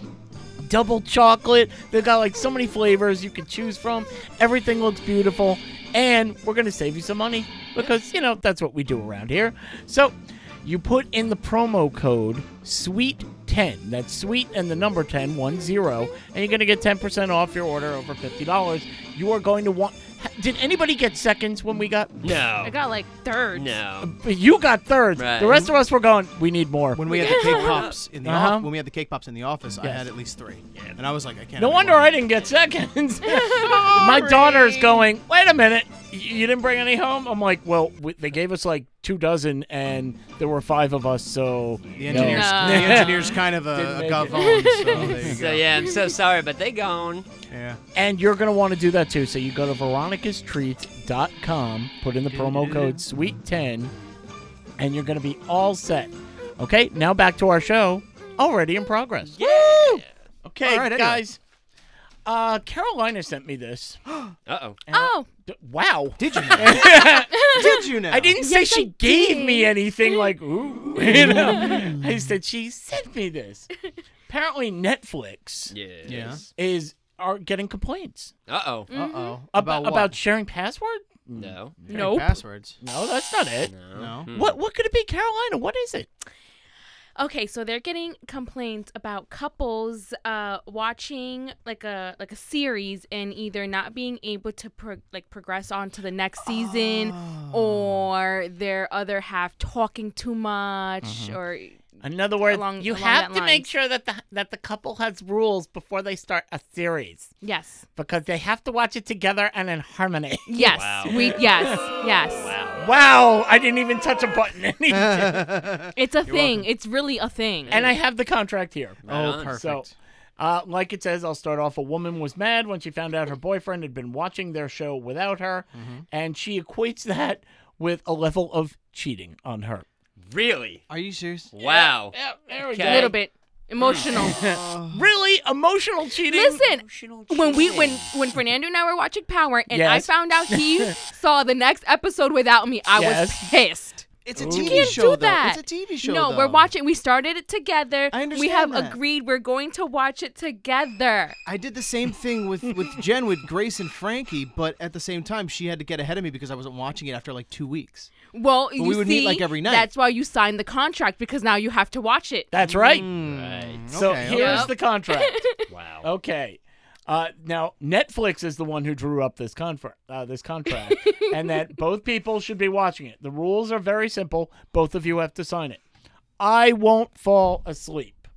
Speaker 2: double chocolate. They've got like so many flavors you can choose from. Everything looks beautiful. And we're going to save you some money because, you know, that's what we do around here. So you put in the promo code SWEET10. That's SWEET and the number 10, 1 0. And you're going to get 10% off your order over $50. You are going to want. Did anybody get seconds when we got.
Speaker 4: No.
Speaker 1: I got like thirds.
Speaker 4: no.
Speaker 2: You got thirds.
Speaker 4: Right.
Speaker 2: The rest of us were going, we need more.
Speaker 3: When we had the cake pops in the off-
Speaker 2: Uh-huh.
Speaker 3: when we had the cake pops in the office, I
Speaker 2: Yes.
Speaker 3: had at least three, and I was like, I can't.
Speaker 2: No
Speaker 3: have
Speaker 2: wonder
Speaker 3: one.
Speaker 2: I didn't get seconds. My daughter's going, wait a minute, y- you didn't bring any home? I'm like, well, we, they gave us like two dozen and there were five of us, so.
Speaker 3: The engineers,
Speaker 1: No.
Speaker 3: the engineers, kind of
Speaker 2: Didn't
Speaker 3: a, a
Speaker 2: make
Speaker 3: gov
Speaker 2: it.
Speaker 3: on. So there you
Speaker 4: So
Speaker 3: go.
Speaker 4: yeah, I'm so sorry, but they gone.
Speaker 3: yeah.
Speaker 2: And you're going to want to do that too. So you go to veronicastreats.com, put in the promo code SWEET10, and you're going to be all set. Okay, now back to our show, already in progress.
Speaker 4: Yeah.
Speaker 2: Okay,
Speaker 3: All right, anyway.
Speaker 2: guys. Uh, Carolina sent me this.
Speaker 4: Uh oh.
Speaker 1: Oh,
Speaker 2: D- wow.
Speaker 3: Did you? Know? Did you know?
Speaker 2: I didn't say
Speaker 1: Yes,
Speaker 2: she
Speaker 1: I
Speaker 2: gave
Speaker 1: did.
Speaker 2: me anything like ooh. You know? I said she sent me this. Apparently Netflix
Speaker 4: Yeah.
Speaker 3: Yeah.
Speaker 2: is are getting complaints
Speaker 4: Uh oh.
Speaker 3: Uh oh.
Speaker 2: about
Speaker 3: About
Speaker 2: about,
Speaker 3: what?
Speaker 2: sharing password.
Speaker 4: No.
Speaker 1: nope.
Speaker 3: Passwords.
Speaker 2: No, that's not it.
Speaker 3: No.
Speaker 4: Hmm.
Speaker 2: What what could it be, Carolina? What is it?
Speaker 1: Okay, so they're getting complaints about couples uh, watching like a like a series and either not being able to pro- like progress on to the next season, or their other half talking too much, or
Speaker 2: In other words,
Speaker 1: Along-
Speaker 2: you
Speaker 1: along
Speaker 2: have
Speaker 1: that
Speaker 2: to make
Speaker 1: lines.
Speaker 2: sure that the that the couple has rules before they start a series
Speaker 1: yes,
Speaker 2: because they have to watch it together and in harmony.
Speaker 1: yes,
Speaker 4: Wow.
Speaker 1: we yes, yes.
Speaker 4: Wow.
Speaker 2: Wow, I didn't even touch a button.
Speaker 1: It's a thing. It's really a thing.
Speaker 2: and I have the contract here.
Speaker 4: Right
Speaker 3: Oh,
Speaker 4: on.
Speaker 3: perfect.
Speaker 2: So, uh, like it says, I'll start off. A woman was mad when she found out her boyfriend had been watching their show without her, and she equates that with a level of cheating on her.
Speaker 4: Really?
Speaker 3: Are you serious?
Speaker 4: Wow.
Speaker 2: Yeah, there we
Speaker 1: a
Speaker 2: go.
Speaker 1: little bit emotional.
Speaker 2: Really emotional cheating.
Speaker 1: Listen,
Speaker 4: Emotional
Speaker 1: when we
Speaker 4: cheating.
Speaker 1: when when Fernando and I were watching Power, and I
Speaker 2: Yes.
Speaker 1: found out he saw the next episode without me, I
Speaker 2: Yes.
Speaker 1: was pissed.
Speaker 3: It's a
Speaker 2: Ooh.
Speaker 3: TV
Speaker 2: You
Speaker 1: Can't
Speaker 3: show,
Speaker 1: do that.
Speaker 3: though. It's a TV show.
Speaker 1: No,
Speaker 3: though.
Speaker 1: we're watching. We started it together.
Speaker 3: I
Speaker 1: We
Speaker 3: understand
Speaker 1: have
Speaker 3: that.
Speaker 1: agreed we're going to watch it together.
Speaker 3: I did the same thing with with Jen with Grace and Frankie, but at the same time, she had to get ahead of me because I wasn't watching it after like two weeks.
Speaker 1: Well, you
Speaker 3: we would meet,
Speaker 1: see,
Speaker 3: like, every night.
Speaker 1: That's why you signed the contract because now you have to watch it.
Speaker 2: That's right.
Speaker 4: Right.
Speaker 2: So
Speaker 3: okay,
Speaker 2: here's
Speaker 1: okay.
Speaker 2: the contract.
Speaker 4: Wow.
Speaker 2: okay. Uh, now Netflix is the one who drew up this contract, uh, this contract, and that both people should be watching it. The rules are very simple. Both of you have to sign it. I won't fall asleep.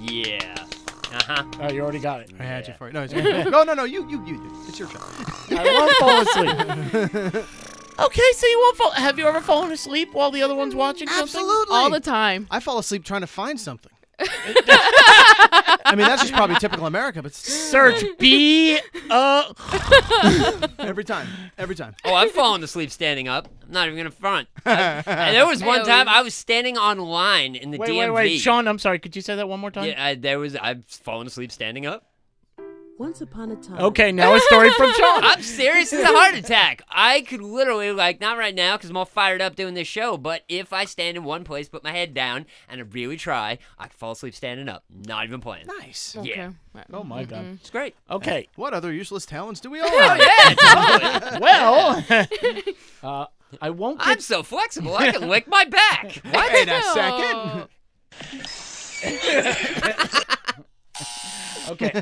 Speaker 4: Yeah. Uh huh.
Speaker 2: Oh, you already got it.
Speaker 3: I had you for it. No, it's no, no, no. You, you, you do. It's your show.
Speaker 2: I won't fall asleep. okay, so you won't fall. Have you ever fallen asleep while the other one's watching something?
Speaker 3: Absolutely.
Speaker 1: All the time.
Speaker 3: I fall asleep trying to find something. I mean, that's just probably typical America, but still,
Speaker 2: Search B. Uh,
Speaker 3: every time, every time.
Speaker 4: Oh, I've fallen asleep standing up. I'm not even gonna front. I- I- there was one
Speaker 1: Ew.
Speaker 4: time I was standing on line in the
Speaker 2: wait,
Speaker 4: DMV.
Speaker 2: wait, wait, Sean. I'm sorry. Could you say that one more time?
Speaker 4: Yeah, I, there was. I've fallen asleep standing up.
Speaker 5: Once upon a time.
Speaker 2: Okay, now a story from Sean.
Speaker 4: I'm serious. It's a heart attack. I could literally, like, not right now because I'm all fired up doing this show, but if I stand in one place, put my head down, and I really try, I could fall asleep standing up. Not even playing.
Speaker 3: Nice.
Speaker 4: Yeah.
Speaker 2: Oh my god.
Speaker 4: It's great.
Speaker 2: Okay.
Speaker 3: What other useless talents do we all have?
Speaker 2: Well, uh, I won't
Speaker 4: I'm
Speaker 2: get.
Speaker 4: so flexible. I can lick my back. What?
Speaker 3: Wait a second.
Speaker 2: Okay.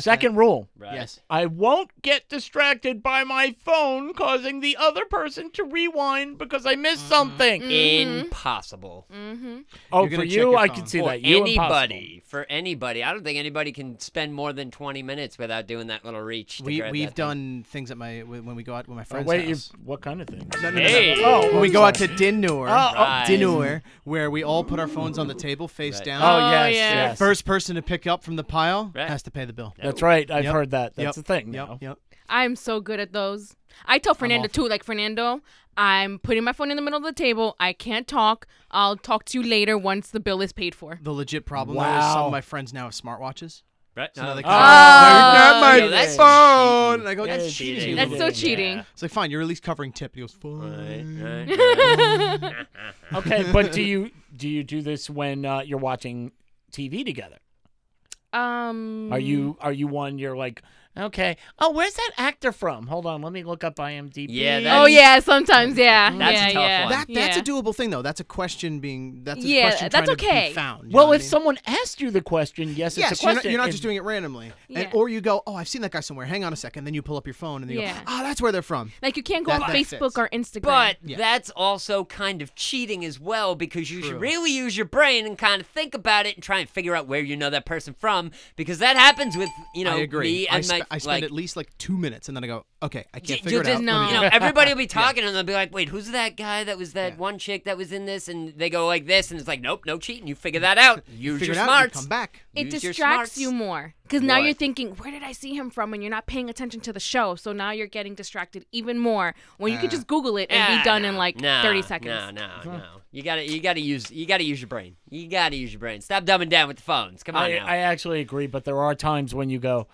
Speaker 2: Second rule.
Speaker 4: Right.
Speaker 3: Yes.
Speaker 2: I won't get distracted by my phone causing the other person to rewind because I missed something.
Speaker 4: Impossible.
Speaker 2: Oh,
Speaker 3: You're
Speaker 2: for
Speaker 3: gonna check your
Speaker 2: you, I
Speaker 3: phone.
Speaker 2: can see
Speaker 4: for
Speaker 2: that. You
Speaker 4: anybody.
Speaker 2: impossible.
Speaker 4: For anybody. I don't think anybody can spend more than 20 minutes without doing that little reach. To
Speaker 3: We
Speaker 4: grab
Speaker 3: we've
Speaker 4: that thing.
Speaker 3: done things at my when we go out with my
Speaker 2: Oh,
Speaker 3: friends.
Speaker 2: wait, you,
Speaker 3: house.
Speaker 2: what kind of thing?
Speaker 4: Hey.
Speaker 2: Oh,
Speaker 3: when we
Speaker 2: I'm
Speaker 3: go out to
Speaker 2: sorry.
Speaker 3: dinner,
Speaker 2: Oh, oh.
Speaker 4: Right.
Speaker 3: dinner, where we all put our phones on the table face
Speaker 4: Right.
Speaker 3: down.
Speaker 2: Oh,
Speaker 1: Oh,
Speaker 2: yes,
Speaker 1: yeah.
Speaker 2: yes.
Speaker 3: First person to pick up from the pile
Speaker 4: Right.
Speaker 3: has to pay the bill.
Speaker 2: That's right. I've
Speaker 3: Yep.
Speaker 2: heard that. That's
Speaker 3: Yep.
Speaker 2: the thing.
Speaker 3: Yep,
Speaker 2: now.
Speaker 3: yep.
Speaker 1: I'm so good at those. I tell Fernando
Speaker 3: awful.
Speaker 1: too, like Fernando, I'm putting my phone in the middle of the table. I can't talk. I'll talk to you later once the bill is paid for.
Speaker 3: The legit problem though, is some
Speaker 2: Wow.
Speaker 3: of my friends now have smartwatches.
Speaker 4: Right?
Speaker 3: So now they
Speaker 4: Oh,
Speaker 3: come out,
Speaker 1: Oh,
Speaker 3: "They're
Speaker 4: no,
Speaker 3: not my
Speaker 4: that's
Speaker 3: phone.
Speaker 4: cheating.
Speaker 3: And I go,
Speaker 4: That's
Speaker 3: that's cheating.
Speaker 4: cheating.
Speaker 1: That's so
Speaker 2: Yeah.
Speaker 1: cheating.
Speaker 3: It's like, fine, you're at least covering tip. He goes,
Speaker 4: Ah.
Speaker 3: fine.
Speaker 4: Right, right, right.
Speaker 2: okay, but do you do you do this when uh, you're watching TV together?
Speaker 1: Um,
Speaker 2: Are you
Speaker 3: Mm.
Speaker 2: are you one? You're like, okay. Oh, where's that actor from? Hold on, let me look up IMDb.
Speaker 4: Yeah, that-
Speaker 1: Oh yeah, sometimes yeah.
Speaker 4: That's a
Speaker 1: yeah,
Speaker 4: tough
Speaker 1: yeah.
Speaker 4: one.
Speaker 3: That, that's
Speaker 1: yeah.
Speaker 3: a doable thing though. That's a question being that's a
Speaker 1: Yeah,
Speaker 3: question
Speaker 1: that's
Speaker 3: trying to be
Speaker 1: okay.
Speaker 3: found. you know
Speaker 2: Well,
Speaker 3: what I
Speaker 2: if
Speaker 3: mean?
Speaker 2: someone asked you the question, yes,
Speaker 3: yes,
Speaker 2: it's a
Speaker 3: you're not-
Speaker 2: question.
Speaker 3: You're not,
Speaker 2: and-
Speaker 3: just doing it randomly,
Speaker 1: Yeah.
Speaker 3: and, or you go, "Oh, I've seen that guy somewhere. Hang on a second. Then you pull up your phone and you
Speaker 1: Yeah.
Speaker 3: go, "Ah, that's where they're from."
Speaker 1: Like you can't go
Speaker 3: That-
Speaker 1: on
Speaker 3: that
Speaker 1: Facebook
Speaker 3: fits.
Speaker 1: or Instagram.
Speaker 4: But
Speaker 3: Yeah.
Speaker 4: that's also kind of cheating as well because you
Speaker 3: True.
Speaker 4: should really use your brain and kind of think about it and try and figure out where you know that person from because that happens with you know
Speaker 3: I agree.
Speaker 4: me
Speaker 3: I,
Speaker 4: and
Speaker 3: sp-
Speaker 4: my
Speaker 3: I spend
Speaker 4: like
Speaker 3: at least like two minutes, and then I go, "Okay, I
Speaker 4: you
Speaker 3: can't figure it out."
Speaker 4: just
Speaker 3: Let me
Speaker 1: know.
Speaker 3: go."
Speaker 4: you know everybody will be talking and they'll be like wait who's that guy that was that
Speaker 3: Yeah.
Speaker 4: one chick that was in this and they go like this and it's like nope no cheating you figure that out use
Speaker 3: figure
Speaker 4: your
Speaker 3: it out.
Speaker 4: smarts
Speaker 3: You come back.
Speaker 1: it
Speaker 4: Use your
Speaker 1: distracts
Speaker 4: smarts.
Speaker 1: you more because now
Speaker 4: Right.
Speaker 1: you're thinking, where did I see him from? And you're not paying attention to the show, so now you're getting distracted even more. When you could just Google it and
Speaker 4: Ah,
Speaker 1: be done
Speaker 4: no,
Speaker 1: in like
Speaker 4: no,
Speaker 1: 30 seconds.
Speaker 4: No, no, no. You gotta, you gotta use, you gotta use your brain. You gotta use your brain. Stop dumbing down with the phones. Come on
Speaker 2: I,
Speaker 4: now.
Speaker 2: I actually agree, but there are times when you go,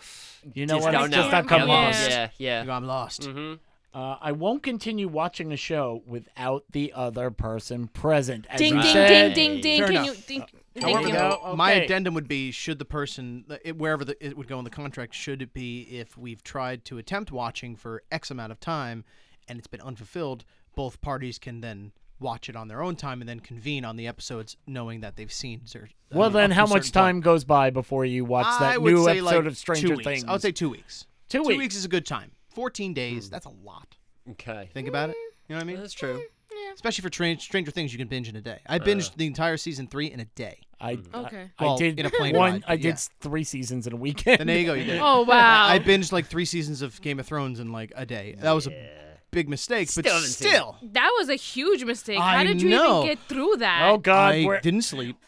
Speaker 2: you know
Speaker 4: just
Speaker 2: what?
Speaker 4: don't
Speaker 2: It's just
Speaker 4: know.
Speaker 2: not coming
Speaker 1: Yeah.
Speaker 2: off.
Speaker 4: Yeah,
Speaker 3: You
Speaker 4: yeah.
Speaker 3: go, I'm lost.
Speaker 4: Mm-hmm.
Speaker 2: Uh, I won't continue watching a show without the other person present. As
Speaker 1: Ding,
Speaker 2: you
Speaker 1: ding,
Speaker 2: said.
Speaker 1: ding, ding, ding,
Speaker 3: Fair
Speaker 1: Can
Speaker 3: enough.
Speaker 1: you think?
Speaker 2: However,
Speaker 1: Thank you.
Speaker 2: though-
Speaker 3: My
Speaker 2: Okay.
Speaker 3: addendum would be: should the person, it, wherever the, it would go in the contract, should it be if we've tried to attempt watching for X amount of time, and it's been unfulfilled, both parties can then watch it on their own time and then convene on the episodes, knowing that they've seen. Cer- I
Speaker 2: Well,
Speaker 3: mean,
Speaker 2: then,
Speaker 3: Mm, up to
Speaker 2: how
Speaker 3: a
Speaker 2: much
Speaker 3: certain
Speaker 2: time
Speaker 3: point.
Speaker 2: goes by before you watch
Speaker 3: I
Speaker 2: that
Speaker 3: would
Speaker 2: new
Speaker 3: say,
Speaker 2: episode
Speaker 3: like,
Speaker 2: of
Speaker 3: two
Speaker 2: Stranger
Speaker 3: weeks.
Speaker 2: Things?
Speaker 3: I would say two weeks.
Speaker 2: Two
Speaker 3: Two
Speaker 2: weeks. Hmm.
Speaker 3: weeks is a good time. Fourteen days—that's a lot.
Speaker 4: Okay,
Speaker 3: Think about it. You know what I mean?
Speaker 4: Mm. that's true.
Speaker 3: Especially for tra- Stranger Things, you can binge in a day. I binged the entire season three in a day.
Speaker 2: I,
Speaker 1: Okay.
Speaker 2: I,
Speaker 3: Mm. Well,
Speaker 2: did
Speaker 3: in a plane
Speaker 2: one.
Speaker 3: ride,
Speaker 2: I
Speaker 3: but
Speaker 2: did
Speaker 3: yeah.
Speaker 2: s- three seasons in a weekend.
Speaker 3: And there you go. You did it.
Speaker 1: Oh wow.
Speaker 3: I binged like three seasons of Game of Thrones in like a day. That was a big mistake, but
Speaker 4: Still haven't seen it.
Speaker 3: still,
Speaker 1: that was a huge mistake. How
Speaker 3: I
Speaker 1: did you
Speaker 3: know.
Speaker 1: even get through that?
Speaker 2: oh God,
Speaker 3: I
Speaker 2: we're-
Speaker 3: didn't sleep.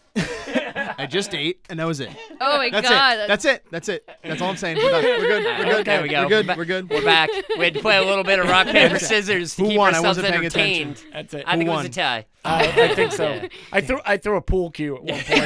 Speaker 3: I just ate, and that was it.
Speaker 1: Oh my
Speaker 3: That's
Speaker 1: god.
Speaker 3: it. That's it. That's it. That's all I'm saying. We're done. We're good. We're good.
Speaker 4: There we go.
Speaker 3: We're good. We're good.
Speaker 4: We're back. We had to play a little bit of rock paper scissors to
Speaker 3: Who
Speaker 4: keep
Speaker 3: won? I
Speaker 4: ourselves
Speaker 3: wasn't paying
Speaker 4: entertained.
Speaker 3: attention.
Speaker 2: that's it. Uh,
Speaker 4: I think
Speaker 3: Who
Speaker 4: it was a
Speaker 3: won?
Speaker 4: tie.
Speaker 2: I, I think so. I threw I threw a pool cue at one point.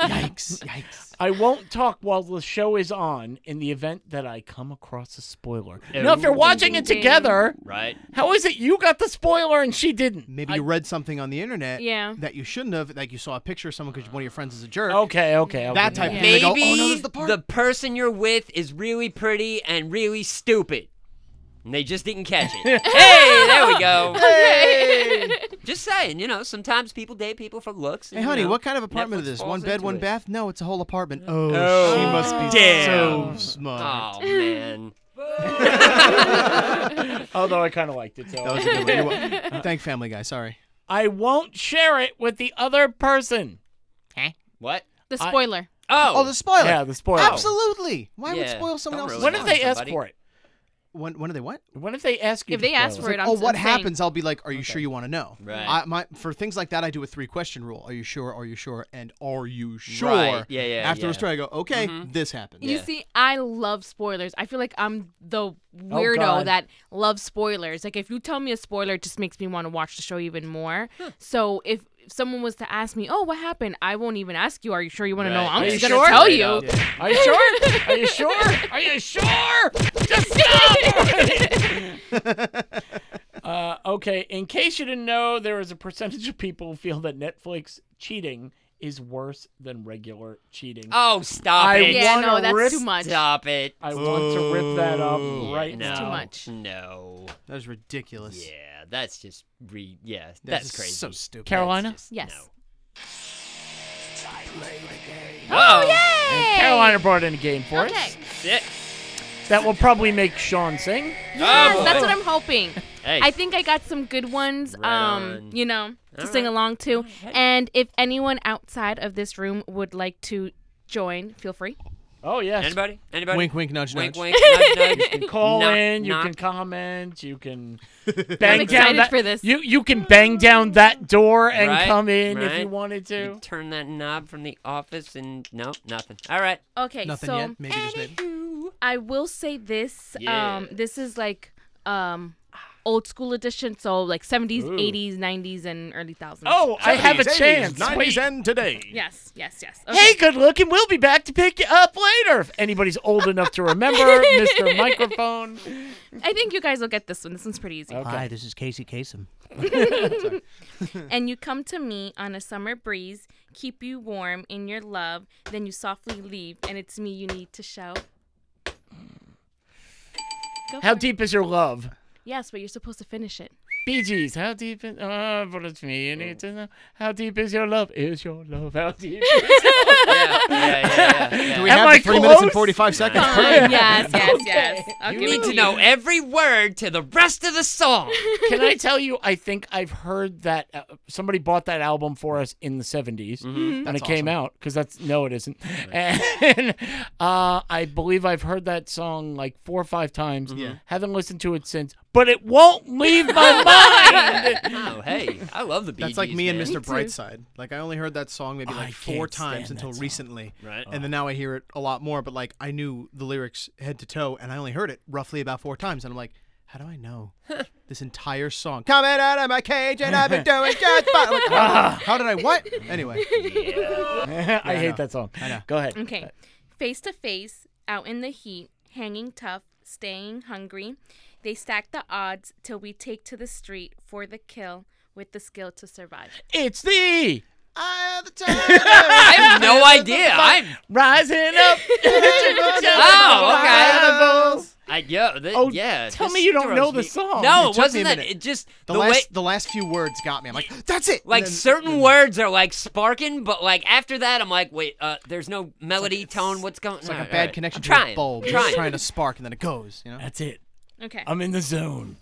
Speaker 3: Yikes! Yikes!
Speaker 2: I won't talk while the show is on in the event that I come across a spoiler. Now, if you're watching it together,
Speaker 4: Right.
Speaker 2: how is it you got the spoiler and she didn't?
Speaker 3: Maybe you read something on the internet
Speaker 1: Yeah.
Speaker 3: that you shouldn't have. Like you saw a picture of someone because one of your friends is a jerk.
Speaker 2: Okay, okay. I'll
Speaker 3: That
Speaker 2: give you
Speaker 3: type of thing.
Speaker 4: Maybe
Speaker 3: They go, oh no, there's Oh, the part.
Speaker 4: person you're with is really pretty and really stupid. And they just didn't catch it. hey, there we go. just saying, you know, sometimes people date people for looks.
Speaker 3: Hey, honey, what kind of apartment
Speaker 4: Netflix
Speaker 3: is this?
Speaker 4: falls
Speaker 3: One bed,
Speaker 4: into
Speaker 3: one
Speaker 4: it.
Speaker 3: bath? No, it's a whole apartment. Oh,
Speaker 4: Oh,
Speaker 3: she must be
Speaker 4: damn.
Speaker 3: so smart.
Speaker 4: Oh man.
Speaker 2: Although I kind of liked it.
Speaker 4: Oh.
Speaker 3: That
Speaker 2: So.
Speaker 3: was a good one. You wa- Thank Family Guy. Sorry.
Speaker 2: I won't share it with the other person.
Speaker 4: What?
Speaker 1: The spoiler.
Speaker 4: Oh.
Speaker 3: Oh, the spoiler.
Speaker 2: Yeah, the spoiler.
Speaker 3: Absolutely. Why would
Speaker 4: Yeah,
Speaker 3: spoil someone
Speaker 4: don't
Speaker 3: else's
Speaker 4: ruin
Speaker 2: What
Speaker 4: it.
Speaker 2: if
Speaker 3: fun?
Speaker 2: they ask
Speaker 4: Somebody-
Speaker 2: for it?
Speaker 3: When, when do they what?
Speaker 2: What if they ask you?
Speaker 1: If
Speaker 2: to
Speaker 1: they ask
Speaker 2: spoil
Speaker 1: for
Speaker 2: it?
Speaker 1: it, I'm
Speaker 3: oh, what
Speaker 1: I'm saying-
Speaker 3: happens? I'll be like, "Are you sure you want to know?"
Speaker 4: Right.
Speaker 3: I, my for things like that, I do a three question rule: Are you sure? Are you sure? And are you sure?
Speaker 4: Right. Yeah, yeah,
Speaker 3: After
Speaker 4: yeah.
Speaker 3: a story, I go, "Okay, this happened."
Speaker 1: You see, I love spoilers. I feel like I'm the weirdo
Speaker 2: God.
Speaker 1: that loves spoilers. Like if you tell me a spoiler, it just makes me want to watch the show even more. So if if someone was to ask me, "Oh, what happened?" I won't even ask you. Are you sure you want to know?
Speaker 4: Right.
Speaker 1: I'm
Speaker 4: Are
Speaker 1: just
Speaker 2: you
Speaker 1: gonna
Speaker 2: sure?
Speaker 1: tell
Speaker 4: Straight
Speaker 1: you.
Speaker 4: up.
Speaker 2: Are you sure? Are you sure? Are you sure? Just stop! already. uh, okay, in case you didn't know, there is a percentage of people who feel that Netflix cheating is worse than regular cheating.
Speaker 4: Oh, stop
Speaker 2: I
Speaker 4: it.
Speaker 2: want-
Speaker 1: Yeah, no,
Speaker 2: wanna
Speaker 1: that's too
Speaker 2: risk
Speaker 1: much.
Speaker 4: Stop it.
Speaker 2: I want to rip that up right
Speaker 4: no.
Speaker 2: now.
Speaker 1: It's too much.
Speaker 4: No.
Speaker 3: That was ridiculous.
Speaker 4: Yeah, that's just re. Yeah,
Speaker 3: That's
Speaker 4: that's
Speaker 3: just
Speaker 4: crazy.
Speaker 3: So stupid.
Speaker 2: Carolina?
Speaker 4: That's just-
Speaker 1: Yes.
Speaker 4: no. Whoa.
Speaker 3: Oh,
Speaker 1: Yay!
Speaker 2: Carolina brought in a game for
Speaker 1: Okay.
Speaker 2: us
Speaker 4: Shit.
Speaker 2: that will probably make Sean sing.
Speaker 1: Yes,
Speaker 4: Oh, boy.
Speaker 1: that's what I'm hoping.
Speaker 4: Hey.
Speaker 1: I think I got some good ones,
Speaker 4: Right
Speaker 1: um,
Speaker 4: on.
Speaker 1: you know, to
Speaker 4: All
Speaker 1: sing
Speaker 4: right.
Speaker 1: along to. And if anyone outside of this room would like to join, feel free.
Speaker 2: Oh yes.
Speaker 4: Anybody? Anybody?
Speaker 3: Wink, wink, nudge,
Speaker 4: Wink,
Speaker 3: nudge.
Speaker 4: wink, nudge, nudge.
Speaker 2: You can call
Speaker 4: Knock,
Speaker 2: in. You
Speaker 4: knock.
Speaker 2: can comment. You can bang down
Speaker 1: excited
Speaker 2: that.
Speaker 1: for this.
Speaker 2: You you can bang down that door and
Speaker 4: Right,
Speaker 2: come in if
Speaker 4: right.
Speaker 2: you wanted to.
Speaker 4: You turn that knob from the office and no, nothing. All right.
Speaker 1: Okay,
Speaker 3: Nothing
Speaker 1: so
Speaker 3: yet. Maybe just maybe.
Speaker 1: I will say this.
Speaker 4: Yeah.
Speaker 1: Um, this is like um, old school edition, so like 70s,
Speaker 2: Ooh.
Speaker 1: 80s, 90s, and early thousands.
Speaker 2: Oh, I have a chance. Wait.
Speaker 3: and today.
Speaker 1: yes, yes, yes.
Speaker 2: Hey, good looking. We'll be back to pick you up later. If anybody's old enough to remember, Mr. Microphone.
Speaker 1: I think you guys will get this one. This one's pretty easy.
Speaker 2: Okay.
Speaker 3: this is Casey Kasem.
Speaker 1: And you come to me on a summer breeze, keep you warm in your love, then you softly leave, and it's me you need to shout. Go
Speaker 2: How
Speaker 1: for it.
Speaker 2: deep is your love?
Speaker 1: Yes, but you're supposed to finish it.
Speaker 2: Bee Gees, how deep is oh, but it's me you need to know. How deep is your love? Is your love how deep?
Speaker 4: Yeah, yeah, yeah, yeah, yeah.
Speaker 3: Do we
Speaker 2: Am
Speaker 3: have
Speaker 2: I
Speaker 3: the three minutes and
Speaker 2: close?
Speaker 3: 45 seconds?
Speaker 1: Come on. yes, yes, yes. I'll
Speaker 4: You
Speaker 1: give it
Speaker 4: need to
Speaker 1: you.
Speaker 4: know every word to the rest of the song.
Speaker 2: Can I tell you? I think I've heard that uh, somebody bought that album for us in the 70s when
Speaker 3: Mm-hmm. That's
Speaker 2: it came
Speaker 3: awesome.
Speaker 2: out. Because that's no, it isn't. And uh, I believe I've heard that song like four or five times.
Speaker 3: Yeah.
Speaker 2: Haven't listened to it since, but it won't leave my mind.
Speaker 4: Oh, hey, I love the Bee
Speaker 3: That's like
Speaker 4: Gees,
Speaker 3: me and
Speaker 4: man.
Speaker 3: Mr. Brightside. Like I only heard that song maybe
Speaker 2: Oh, I
Speaker 3: like four
Speaker 2: can't stand
Speaker 3: times
Speaker 2: that
Speaker 3: until
Speaker 2: song.
Speaker 3: recently.
Speaker 4: Right.
Speaker 3: And then now I hear it a lot more, but like I knew the lyrics head to toe and I only heard it roughly about four times and I'm like, how do I know this entire song? Coming out of my cage and I've been doing just fine. I'm like, how, how did I what?
Speaker 2: I
Speaker 3: Anyway.
Speaker 2: Mm. hate
Speaker 3: know.
Speaker 2: that song.
Speaker 3: I know.
Speaker 2: Go ahead.
Speaker 1: Okay. Face to face, out in the heat, hanging tough, staying hungry. They stack the odds till we take to the street for the kill with the skill to survive.
Speaker 2: It's the
Speaker 3: I have the time.
Speaker 4: I have no idea. I'm.
Speaker 2: rising up.
Speaker 4: Oh, I, yo, th-
Speaker 2: Oh,
Speaker 4: yeah.
Speaker 2: tell
Speaker 4: this
Speaker 2: me you don't
Speaker 4: throws
Speaker 2: know the
Speaker 4: me-
Speaker 2: song.
Speaker 4: No,
Speaker 2: It
Speaker 4: it
Speaker 3: took me
Speaker 4: wasn't
Speaker 3: a
Speaker 4: that.
Speaker 3: minute.
Speaker 4: It just
Speaker 3: The,
Speaker 4: the,
Speaker 3: last
Speaker 4: way,
Speaker 3: the last few words got me. I'm like, that's it. And
Speaker 4: like
Speaker 3: then-
Speaker 4: certain words are like sparking, but like after that, I'm like, wait, uh, there's no melody, tone. What's going?
Speaker 3: It's like
Speaker 4: All
Speaker 3: a
Speaker 4: right, all
Speaker 3: bad
Speaker 4: right.
Speaker 3: connection
Speaker 4: I'm
Speaker 3: to
Speaker 4: trying,
Speaker 3: a bulb.
Speaker 4: I'm
Speaker 3: You're
Speaker 4: trying.
Speaker 3: trying to spark and then it goes, you know?
Speaker 2: That's it.
Speaker 1: Okay.
Speaker 4: Um,
Speaker 2: I'm in the zone.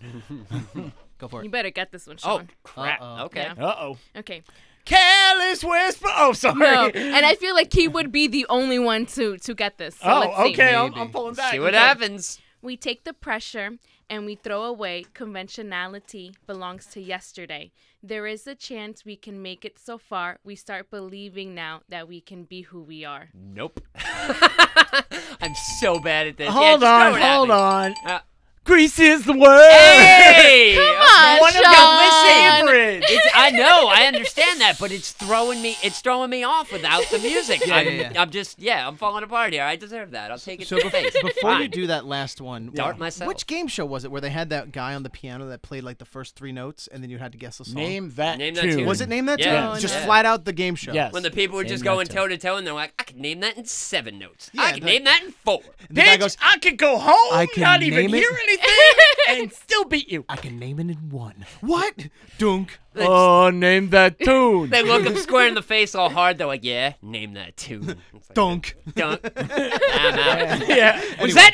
Speaker 3: Go for
Speaker 1: you
Speaker 3: it.
Speaker 1: better get this one,
Speaker 4: Oh
Speaker 1: Sean.
Speaker 4: crap.
Speaker 3: Uh-oh.
Speaker 4: Okay.
Speaker 1: Yeah.
Speaker 2: Uh oh.
Speaker 1: Okay.
Speaker 2: Careless whisper. Oh, sorry.
Speaker 1: No, and I feel like he would be the only one to to get this. So let's
Speaker 2: oh,
Speaker 1: see.
Speaker 2: okay. I'm,
Speaker 3: Maybe.
Speaker 2: I'm pulling back.
Speaker 4: See what
Speaker 2: Okay.
Speaker 4: happens.
Speaker 1: We take the pressure and we throw away conventionality belongs to yesterday. There is a chance we can make it so far. We start believing now that we can be who we are.
Speaker 4: Nope. I'm so bad at this. Yeah,
Speaker 2: Hold
Speaker 4: just throw
Speaker 2: on,
Speaker 4: it at
Speaker 2: hold
Speaker 4: me.
Speaker 2: on.
Speaker 4: Uh,
Speaker 2: Grease is the word.
Speaker 4: Hey!
Speaker 1: on,
Speaker 2: One of
Speaker 1: Sean.
Speaker 2: your favorites.
Speaker 4: It's, I know, I understand that, but it's throwing me it's throwing me off without the music.
Speaker 3: Yeah,
Speaker 4: I'm,
Speaker 3: yeah, yeah.
Speaker 4: I'm just yeah, I'm falling apart here. I deserve that. I'll take it
Speaker 3: So
Speaker 4: to the face.
Speaker 3: Before you
Speaker 4: Fine.
Speaker 3: do that last one,
Speaker 4: Dart
Speaker 3: wh-
Speaker 4: myself.
Speaker 3: Which game show was it where they had that guy on the piano that played like the first three notes and then you had to guess the song?
Speaker 2: Name that
Speaker 4: Name that
Speaker 2: tune.
Speaker 4: tune.
Speaker 3: was it name that?
Speaker 4: Yeah.
Speaker 3: tune?
Speaker 2: Yeah.
Speaker 3: just
Speaker 4: Yeah.
Speaker 3: flat out the game show.
Speaker 2: Yes.
Speaker 4: when the people were
Speaker 2: Name
Speaker 4: just
Speaker 2: that
Speaker 4: going
Speaker 2: tune.
Speaker 4: toe to toe and they're like, I could name that in seven notes.
Speaker 3: Yeah,
Speaker 4: I could
Speaker 3: the-
Speaker 4: name that in four.
Speaker 3: And the guy
Speaker 2: Bitch,
Speaker 3: goes,
Speaker 2: I could go home,
Speaker 3: I can
Speaker 2: not even
Speaker 3: name it.
Speaker 2: hear anything, and still beat you.
Speaker 3: I can name it in one. What? Dunk.
Speaker 4: They,
Speaker 2: Oh, name that tune.
Speaker 4: they look them square in the face all hard, they're like, Yeah, name that tune. It's like,
Speaker 3: Dunk.
Speaker 4: Dunk. I'm out.
Speaker 2: yeah.
Speaker 4: Was that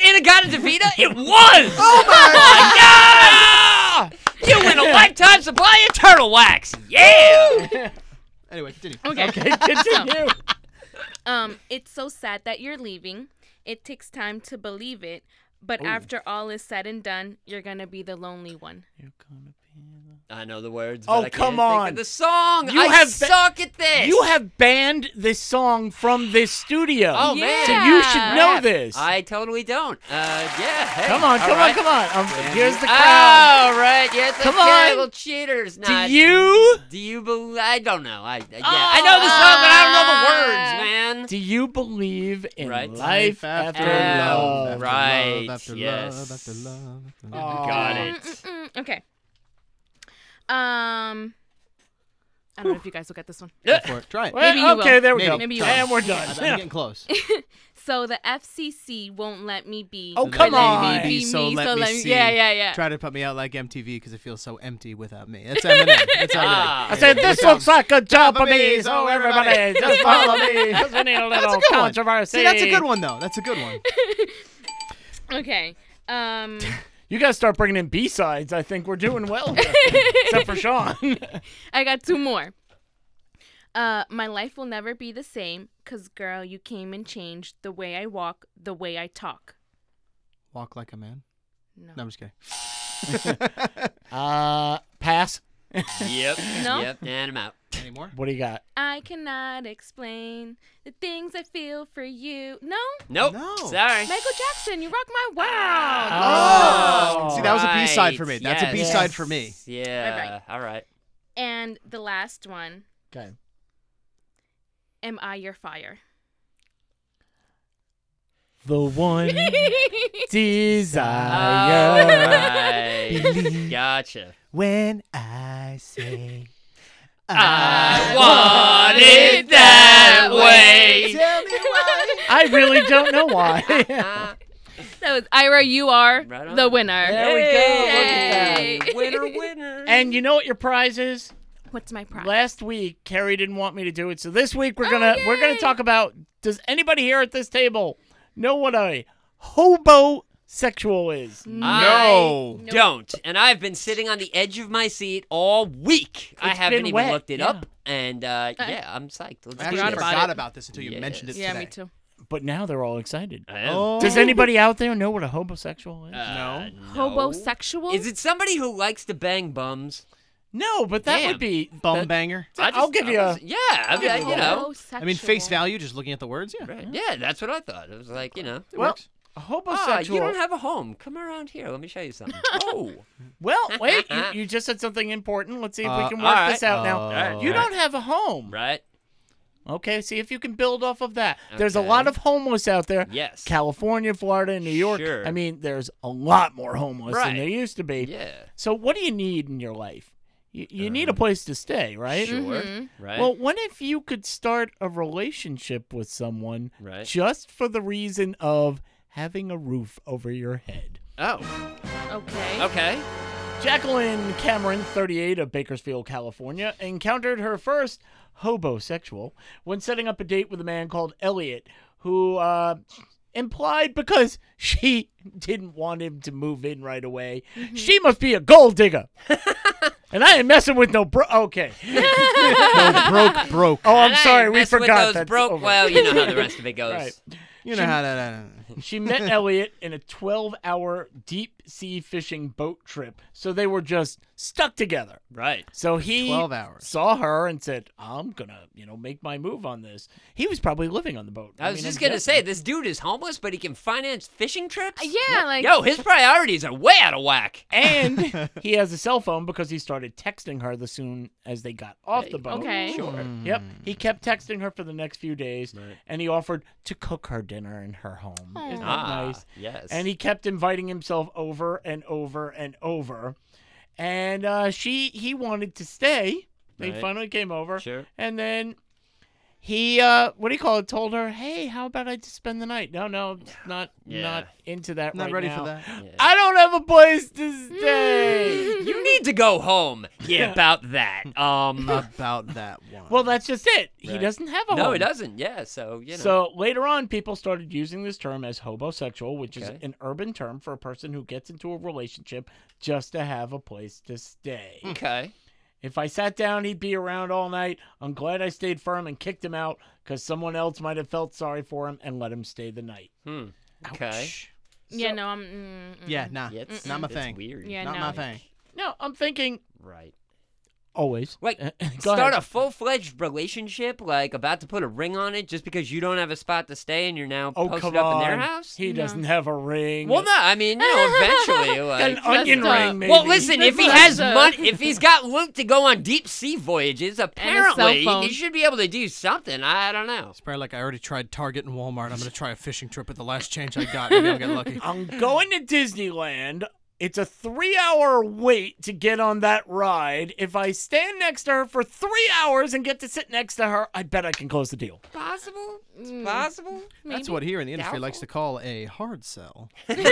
Speaker 4: Inagata Davita? It was! Oh my god! You win a lifetime supply of turtle wax! Yeah!
Speaker 3: Anyway, continue.
Speaker 2: Okay, continue.
Speaker 1: Um, it's so sad that you're leaving. It takes time to believe it, but after all is said and done, you're gonna be the lonely one.
Speaker 4: I know the words.
Speaker 2: Oh,
Speaker 4: but I
Speaker 2: come
Speaker 4: can't think
Speaker 2: on.
Speaker 4: of the song.
Speaker 2: You
Speaker 4: I
Speaker 2: have ba-
Speaker 4: suck at this.
Speaker 2: You have banned this song from this studio.
Speaker 4: Oh
Speaker 1: Yeah.
Speaker 4: man!
Speaker 1: So you
Speaker 2: should
Speaker 4: Crap.
Speaker 2: know this.
Speaker 4: I totally don't. Uh, yeah. Hey,
Speaker 2: Come on,
Speaker 4: all
Speaker 2: come on,
Speaker 4: right.
Speaker 2: come on. Um, here's the crowd.
Speaker 4: All Oh, right. Yes.
Speaker 2: Come
Speaker 4: okay,
Speaker 2: on.
Speaker 4: Little cheaters.
Speaker 2: Do
Speaker 4: Oh, Not.
Speaker 2: you
Speaker 4: Do you believe? I don't know. I. Yeah. I know the song, but I don't know the words, man.
Speaker 2: do you believe in
Speaker 4: Right.
Speaker 2: life after
Speaker 4: after
Speaker 2: love?
Speaker 4: love.
Speaker 3: After
Speaker 4: Right,
Speaker 3: Love, after
Speaker 4: yes.
Speaker 3: love, after love. After love.
Speaker 2: Aw.
Speaker 4: Got
Speaker 1: Mm,
Speaker 4: it.
Speaker 1: mm, mm, Okay. Um, I don't know if you guys will get this one.
Speaker 3: Go for it. Try
Speaker 1: Maybe
Speaker 3: it.
Speaker 2: Well,
Speaker 1: you
Speaker 2: okay,
Speaker 1: will.
Speaker 2: there we
Speaker 3: Maybe.
Speaker 2: go.
Speaker 1: Maybe you will.
Speaker 2: and we're
Speaker 3: I-
Speaker 2: done.
Speaker 3: I'm
Speaker 2: Yeah.
Speaker 3: getting close.
Speaker 1: So the FCC won't let me be.
Speaker 2: Oh,
Speaker 1: but
Speaker 2: come
Speaker 1: let
Speaker 2: on.
Speaker 1: me be
Speaker 3: So
Speaker 1: me,
Speaker 3: let
Speaker 1: so
Speaker 3: me
Speaker 1: let me-
Speaker 3: see.
Speaker 1: Yeah, yeah, yeah.
Speaker 3: Try to put me out like MTV because it feels so empty without me. That's Eminem. That's Eminem.
Speaker 4: Ah.
Speaker 2: I said, this looks like a job for me,
Speaker 3: Amazing,
Speaker 2: so everybody just follow me. Just we need a little
Speaker 3: That's a good one.
Speaker 2: controversy.
Speaker 3: See, that's a good one though. That's a good one.
Speaker 1: Okay. Um,
Speaker 2: You guys start bringing in B-sides. I think we're doing well. here. Except for Sean.
Speaker 1: I got two more. Uh, my life will never be the same, cause girl, you came and changed the way I walk, the way I talk.
Speaker 3: Walk like a man.
Speaker 1: No.
Speaker 3: No, I'm just kidding.
Speaker 2: Uh, pass.
Speaker 4: Yep.
Speaker 1: No?
Speaker 4: Yep. And I'm out.
Speaker 3: Any more?
Speaker 2: What do you got?
Speaker 1: I cannot explain the things I feel for you. No,
Speaker 4: Nope.
Speaker 3: No.
Speaker 4: Sorry.
Speaker 1: Michael Jackson, you rock my world.
Speaker 3: Oh. See, that was a
Speaker 4: Right.
Speaker 3: B-side for me. That's a
Speaker 4: Yes.
Speaker 3: B-side for me.
Speaker 4: Yeah. All right.
Speaker 1: And the last one,
Speaker 2: Okay.
Speaker 1: am I your fire?
Speaker 2: The one
Speaker 4: Uh,
Speaker 3: Oh.
Speaker 4: All
Speaker 2: desire.
Speaker 4: right. gotcha.
Speaker 3: When I say
Speaker 4: I want it that way.
Speaker 3: Tell me why.
Speaker 2: I really don't know why.
Speaker 4: Ah,
Speaker 1: That was Ira. You are
Speaker 4: Right on.
Speaker 1: the winner.
Speaker 2: There we go. Look at
Speaker 1: Yay.
Speaker 2: that.
Speaker 4: winner, winner.
Speaker 2: And you know what your prize is?
Speaker 1: What's my prize?
Speaker 2: Last week, Carrie didn't want me to do it, so this week we're gonna we're
Speaker 1: yay.
Speaker 2: gonna talk about. Does anybody here at this table know what a hobosexual is?
Speaker 1: Mm.
Speaker 4: No.
Speaker 1: I
Speaker 4: don't. And I've been sitting on the edge of my seat all week. I
Speaker 2: It's
Speaker 4: haven't
Speaker 2: been
Speaker 4: even
Speaker 2: wet,
Speaker 4: looked it
Speaker 2: yeah.
Speaker 4: up. And uh, yeah, I'm psyched. Let's
Speaker 3: I
Speaker 4: do
Speaker 1: forgot
Speaker 3: actually
Speaker 4: this.
Speaker 1: about
Speaker 3: forgot
Speaker 1: it.
Speaker 3: about this until you
Speaker 4: Yeah,
Speaker 3: mentioned it
Speaker 4: yes.
Speaker 1: Yeah,
Speaker 3: today.
Speaker 1: me too.
Speaker 2: But now they're all excited.
Speaker 4: I am.
Speaker 2: Does anybody out there know what a hobosexual is?
Speaker 3: No.
Speaker 4: Uh,
Speaker 1: Hobosexual?
Speaker 4: Is it somebody who likes to bang bums?
Speaker 2: no, but that
Speaker 4: Damn.
Speaker 2: would be
Speaker 3: Bum
Speaker 2: that-
Speaker 3: banger.
Speaker 4: I
Speaker 2: I'll
Speaker 4: just-
Speaker 2: give
Speaker 4: I
Speaker 2: you a-
Speaker 4: was- Yeah, I mean, you know.
Speaker 1: Hobosexual.
Speaker 3: I mean, face value, just looking at the words, yeah.
Speaker 4: Right. Yeah, that's what I thought. It was like, you know.
Speaker 3: It
Speaker 2: Well,
Speaker 3: works.
Speaker 2: a
Speaker 4: Ah, you
Speaker 2: hobosexual.
Speaker 4: don't have a home. Come around here. Let me show you something. Oh.
Speaker 2: well, wait, you, you just said something important. Let's see if
Speaker 3: Uh,
Speaker 2: we can work
Speaker 4: all
Speaker 2: this out now.
Speaker 4: right. Uh,
Speaker 2: You
Speaker 4: All right.
Speaker 2: don't have a home.
Speaker 4: Right?
Speaker 2: Okay, see if you can build off of that. There's a
Speaker 4: Okay.
Speaker 2: lot of homeless out there.
Speaker 4: Yes.
Speaker 2: California, Florida, and New York.
Speaker 4: Sure.
Speaker 2: I mean, there's a lot more homeless than
Speaker 4: Right.
Speaker 2: there used to be.
Speaker 4: Yeah. Uh-huh.
Speaker 2: So, what do you need in your life? You, you need a place to stay, right?
Speaker 4: Sure. Right.
Speaker 2: Well, what if you could start a relationship with someone
Speaker 4: Right.
Speaker 2: just for the reason of having a roof over your head?
Speaker 4: oh.
Speaker 1: Okay.
Speaker 4: Okay.
Speaker 2: Jacqueline Cameron, 38, of Bakersfield, California, encountered her first hobosexual when setting up a date with a man called Elliot, who uh, implied because she didn't want him to move in right away,
Speaker 4: Mm-hmm.
Speaker 2: she must be a gold digger. and I ain't messing with no bro. Okay.
Speaker 3: no, broke, broke.
Speaker 2: Oh, I'm
Speaker 4: And I
Speaker 2: sorry.
Speaker 4: ain't
Speaker 2: We
Speaker 4: mess with
Speaker 2: forgot
Speaker 4: those
Speaker 2: that.
Speaker 4: broke. Well, you know how the rest of it goes.
Speaker 2: Right.
Speaker 3: You know how that. Uh,
Speaker 2: She met Elliot in a 12 hour deep sea fishing boat trip. So they were just stuck together.
Speaker 4: Right.
Speaker 2: So he
Speaker 3: 12 hours.
Speaker 2: saw her and said, "I'm gonna, you know, make my move on this." He was probably living on the boat.
Speaker 4: I was
Speaker 2: mean,
Speaker 4: just
Speaker 2: I'm
Speaker 4: gonna
Speaker 2: guessing.
Speaker 4: say this dude is homeless, but he can finance fishing trips.
Speaker 1: Uh, yeah, like-
Speaker 4: yo, his priorities are way out of whack.
Speaker 2: And he has a cell phone because he started texting her the soon as they got off the boat.
Speaker 1: Okay.
Speaker 2: Sure. Yep. He kept texting her for the next few days, and he offered to cook her dinner in her home. Isn't that
Speaker 4: Ah,
Speaker 2: nice?
Speaker 4: yes.
Speaker 2: And he kept inviting himself over and over and over, and uh, she he wanted to stay. They
Speaker 4: Right.
Speaker 2: finally came over.
Speaker 4: Sure.
Speaker 2: And then he uh what do you call it told her hey how about i just spend the night no no it's not
Speaker 4: Yeah.
Speaker 2: not into that
Speaker 3: not
Speaker 2: right
Speaker 3: ready
Speaker 2: now.
Speaker 3: for that.
Speaker 4: Yeah.
Speaker 2: i don't have a place to stay
Speaker 4: you need to go home. Yeah, about that. Um.
Speaker 3: About that one.
Speaker 2: well that's just it he
Speaker 4: Right.
Speaker 2: doesn't have a
Speaker 4: no,
Speaker 2: Uh, home
Speaker 4: it doesn't. Yeah. So you know.
Speaker 2: So later on, people started using this term as hobosexual, which is
Speaker 4: Okay.
Speaker 2: an urban term for a person who gets into a relationship just to have a place to stay.
Speaker 4: okay.
Speaker 2: If I sat down, he'd be around all night. I'm glad I stayed firm and kicked him out because someone else might have felt sorry for him and let him stay the night.
Speaker 4: Hmm. Okay.
Speaker 1: Yeah, no, I'm. Mm, mm.
Speaker 3: Yeah,
Speaker 2: Ah,
Speaker 3: nah.
Speaker 4: Yeah, it's
Speaker 3: not my
Speaker 4: it's
Speaker 3: thing.
Speaker 4: Weird.
Speaker 1: Yeah,
Speaker 3: Not
Speaker 1: no.
Speaker 3: my thing.
Speaker 2: No, I'm thinking
Speaker 4: Right.
Speaker 2: always.
Speaker 4: Wait,
Speaker 2: Go
Speaker 4: start
Speaker 2: ahead.
Speaker 4: a full fledged relationship, like about to put a ring on it just because you don't have a spot to stay and you're now
Speaker 2: Oh
Speaker 4: posted
Speaker 2: come
Speaker 4: up
Speaker 2: on!
Speaker 4: in their house?
Speaker 2: He doesn't have a ring.
Speaker 4: Well, no, I mean, you know, eventually.
Speaker 2: Got
Speaker 4: Like,
Speaker 2: an onion
Speaker 1: Just, uh,
Speaker 2: ring. Maybe.
Speaker 4: well, listen, if he has
Speaker 1: Just, uh,
Speaker 4: money, if he's got loot to go on deep sea voyages, apparently
Speaker 1: phone.
Speaker 4: he should be able to do something. I don't know.
Speaker 3: It's probably like I already tried Target and Walmart. I'm gonna try a fishing trip at the last change I got. Maybe I'll get lucky.
Speaker 2: I'm going to Disneyland. It's a three hour wait to get on that ride. If I stand next to her for three hours and get to sit next to her, I bet I can close the deal.
Speaker 4: Possible? It's possible?
Speaker 3: That's what here in the industry likes to call a hard sell.
Speaker 4: He's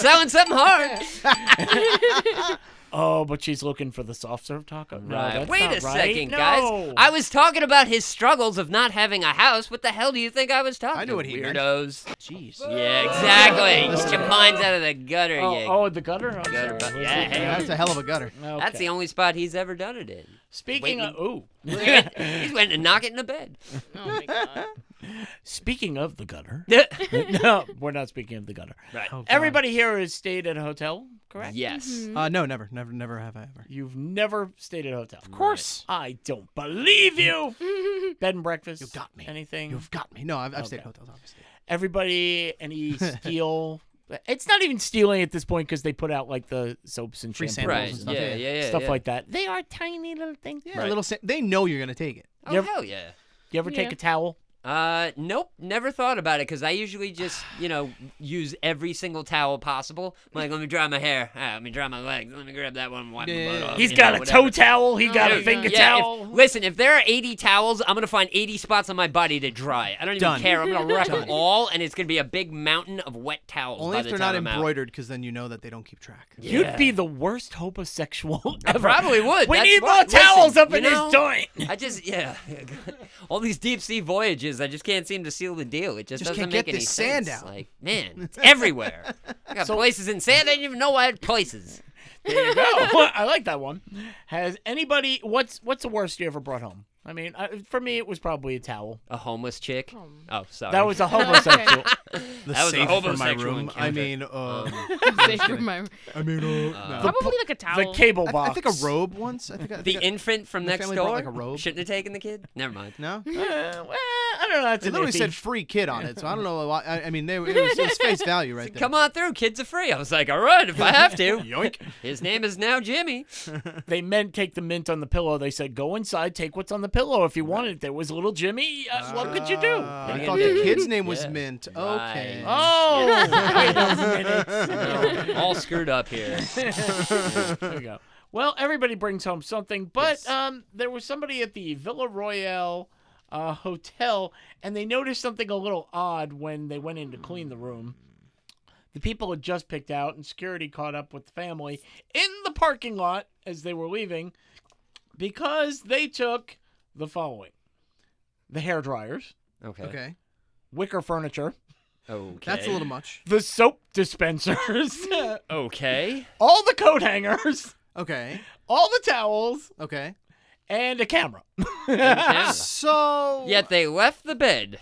Speaker 4: selling something hard.
Speaker 2: Oh, but she's looking for the soft serve taco. No, that's
Speaker 4: Wait
Speaker 2: not
Speaker 4: a
Speaker 2: right.
Speaker 4: second,
Speaker 2: No.
Speaker 4: guys. I was talking about his struggles of not having a house. What the hell do you think I was talking?
Speaker 3: I know what he meant.
Speaker 4: weirdos.
Speaker 3: Jeez.
Speaker 4: Yeah, exactly. Get your minds out of the gutter,
Speaker 2: Oh,
Speaker 4: you.
Speaker 2: oh, the gutter. I'm
Speaker 4: Gutter,
Speaker 2: sorry.
Speaker 4: but- yeah, hey.
Speaker 3: Yeah, that's a hell of a gutter.
Speaker 2: Okay.
Speaker 4: That's the only spot he's ever done it in.
Speaker 2: Speaking of ooh.
Speaker 4: He went and knock it in the bed.
Speaker 1: Oh my god.
Speaker 2: Speaking of the gutter.
Speaker 4: yes.
Speaker 2: no, we're not speaking of the gutter.
Speaker 4: Right. Oh,
Speaker 3: God.
Speaker 2: Everybody here has stayed at a hotel, correct?
Speaker 4: Mm-hmm.
Speaker 3: Uh, no, never, never, never have I ever.
Speaker 2: You've never stayed at a hotel. Of course. I don't believe you. Bed and breakfast.
Speaker 3: You got me.
Speaker 2: Anything.
Speaker 3: You've got me. No, I've, I've stayed at
Speaker 2: Okay.
Speaker 3: hotels, obviously.
Speaker 2: Everybody, any steal. It's not even stealing at this point because they put out like the soaps and
Speaker 3: Free
Speaker 2: shampoos
Speaker 3: samples
Speaker 4: Right.
Speaker 2: and
Speaker 3: and
Speaker 2: stuff,
Speaker 3: stuff.
Speaker 4: Yeah, yeah, yeah.
Speaker 2: stuff
Speaker 4: yeah.
Speaker 2: like that. They are tiny little things.
Speaker 3: Yeah, a little. Sa- they know you're gonna take it.
Speaker 4: Oh,
Speaker 2: You ever-
Speaker 4: hell yeah.
Speaker 2: You ever take
Speaker 1: Yeah.
Speaker 2: a towel?
Speaker 4: Uh, nope, never thought about it because I usually just, you know, use every single towel possible. I'm like, let me dry my hair. Ah, let me dry my legs. Let me grab that one and wipe
Speaker 3: Yeah,
Speaker 4: my butt
Speaker 3: yeah,
Speaker 4: off.
Speaker 2: He's
Speaker 4: you
Speaker 2: got
Speaker 4: know,
Speaker 2: a
Speaker 4: whatever.
Speaker 2: toe towel. He got
Speaker 1: Oh,
Speaker 2: a
Speaker 1: yeah.
Speaker 2: finger
Speaker 4: Yeah, if-
Speaker 2: towel.
Speaker 4: listen, if there are 80 towels, I'm going to find 80 spots on my body to dry. I don't even
Speaker 3: Done.
Speaker 4: care. I'm going to wreck them
Speaker 3: Done.
Speaker 4: all, and it's going to be a big mountain of wet towels.
Speaker 3: Only
Speaker 4: by
Speaker 3: if
Speaker 4: the
Speaker 3: they're
Speaker 4: time
Speaker 3: not
Speaker 4: I'm out.
Speaker 3: embroidered, because then you know that they don't keep track.
Speaker 2: You'd be the worst homosexual
Speaker 4: I
Speaker 2: ever.
Speaker 4: probably would.
Speaker 2: We
Speaker 4: That's
Speaker 2: need
Speaker 4: why-
Speaker 2: more towels
Speaker 4: listen,
Speaker 2: up
Speaker 4: you
Speaker 2: in
Speaker 4: know,
Speaker 2: this joint.
Speaker 4: I just, yeah. All these deep sea voyages, I just can't seem to seal the deal. It just,
Speaker 3: Just
Speaker 4: doesn't
Speaker 3: can't
Speaker 4: make
Speaker 3: get
Speaker 4: any
Speaker 3: this sand
Speaker 4: sense.
Speaker 3: out.
Speaker 4: Like, man, it's everywhere. I got places in sand. I didn't even know I had places.
Speaker 2: There you go. I like that one. Has anybody? What's what's the worst you ever brought home? I mean, I, for me, it was probably a towel.
Speaker 4: A homeless chick. Oh, sorry.
Speaker 2: That was a homosexual.
Speaker 3: The
Speaker 4: That was a
Speaker 3: safe for my
Speaker 4: homosexual
Speaker 3: room. I
Speaker 4: encounter.
Speaker 3: mean, um,
Speaker 1: Save your memory.
Speaker 3: I mean, uh, no.
Speaker 1: Probably like a towel.
Speaker 2: the cable
Speaker 3: I,
Speaker 2: box.
Speaker 3: I think a robe once. I think I, I
Speaker 4: the
Speaker 3: think I-
Speaker 4: infant from
Speaker 3: the
Speaker 4: next
Speaker 3: family
Speaker 4: door
Speaker 3: brought, like, a robe.
Speaker 4: shouldn't have taken the kid. Never mind.
Speaker 3: no.
Speaker 2: Uh, well, I don't know. That's
Speaker 3: They
Speaker 2: an
Speaker 3: literally
Speaker 2: iffy.
Speaker 3: said free kid on it, so I don't know why. I, I mean, they were, it, was, it was face value right there.
Speaker 4: Come on through, kids are free. I was like, all right, if I have to. Yoink. His name is now Jimmy.
Speaker 2: they meant take the mint on the pillow. They said go inside, take what's on the pillow if you want it. There was little Jimmy. Uh, what could you do?
Speaker 3: I thought the kid's name was
Speaker 4: Yeah.
Speaker 3: Mint.
Speaker 4: Right.
Speaker 3: Okay.
Speaker 2: Oh, wait a minute.
Speaker 3: Oh.
Speaker 4: All screwed up here.
Speaker 2: There you go. Well, everybody brings home something, but um, there was somebody at the Villa Royale uh, hotel, and they noticed something a little odd when they went in to clean the room. The people had just picked out, and security caught up with the family in the parking lot as they were leaving because they took the following the hair dryers,
Speaker 4: Okay.
Speaker 3: Okay.
Speaker 2: wicker furniture,
Speaker 4: Okay.
Speaker 3: That's a little much.
Speaker 2: the soap dispensers,
Speaker 4: Okay.
Speaker 2: all the coat hangers,
Speaker 3: Okay.
Speaker 2: all the towels,
Speaker 3: Okay.
Speaker 2: and a camera.
Speaker 4: Camera.
Speaker 3: So
Speaker 4: Yet they left the bed.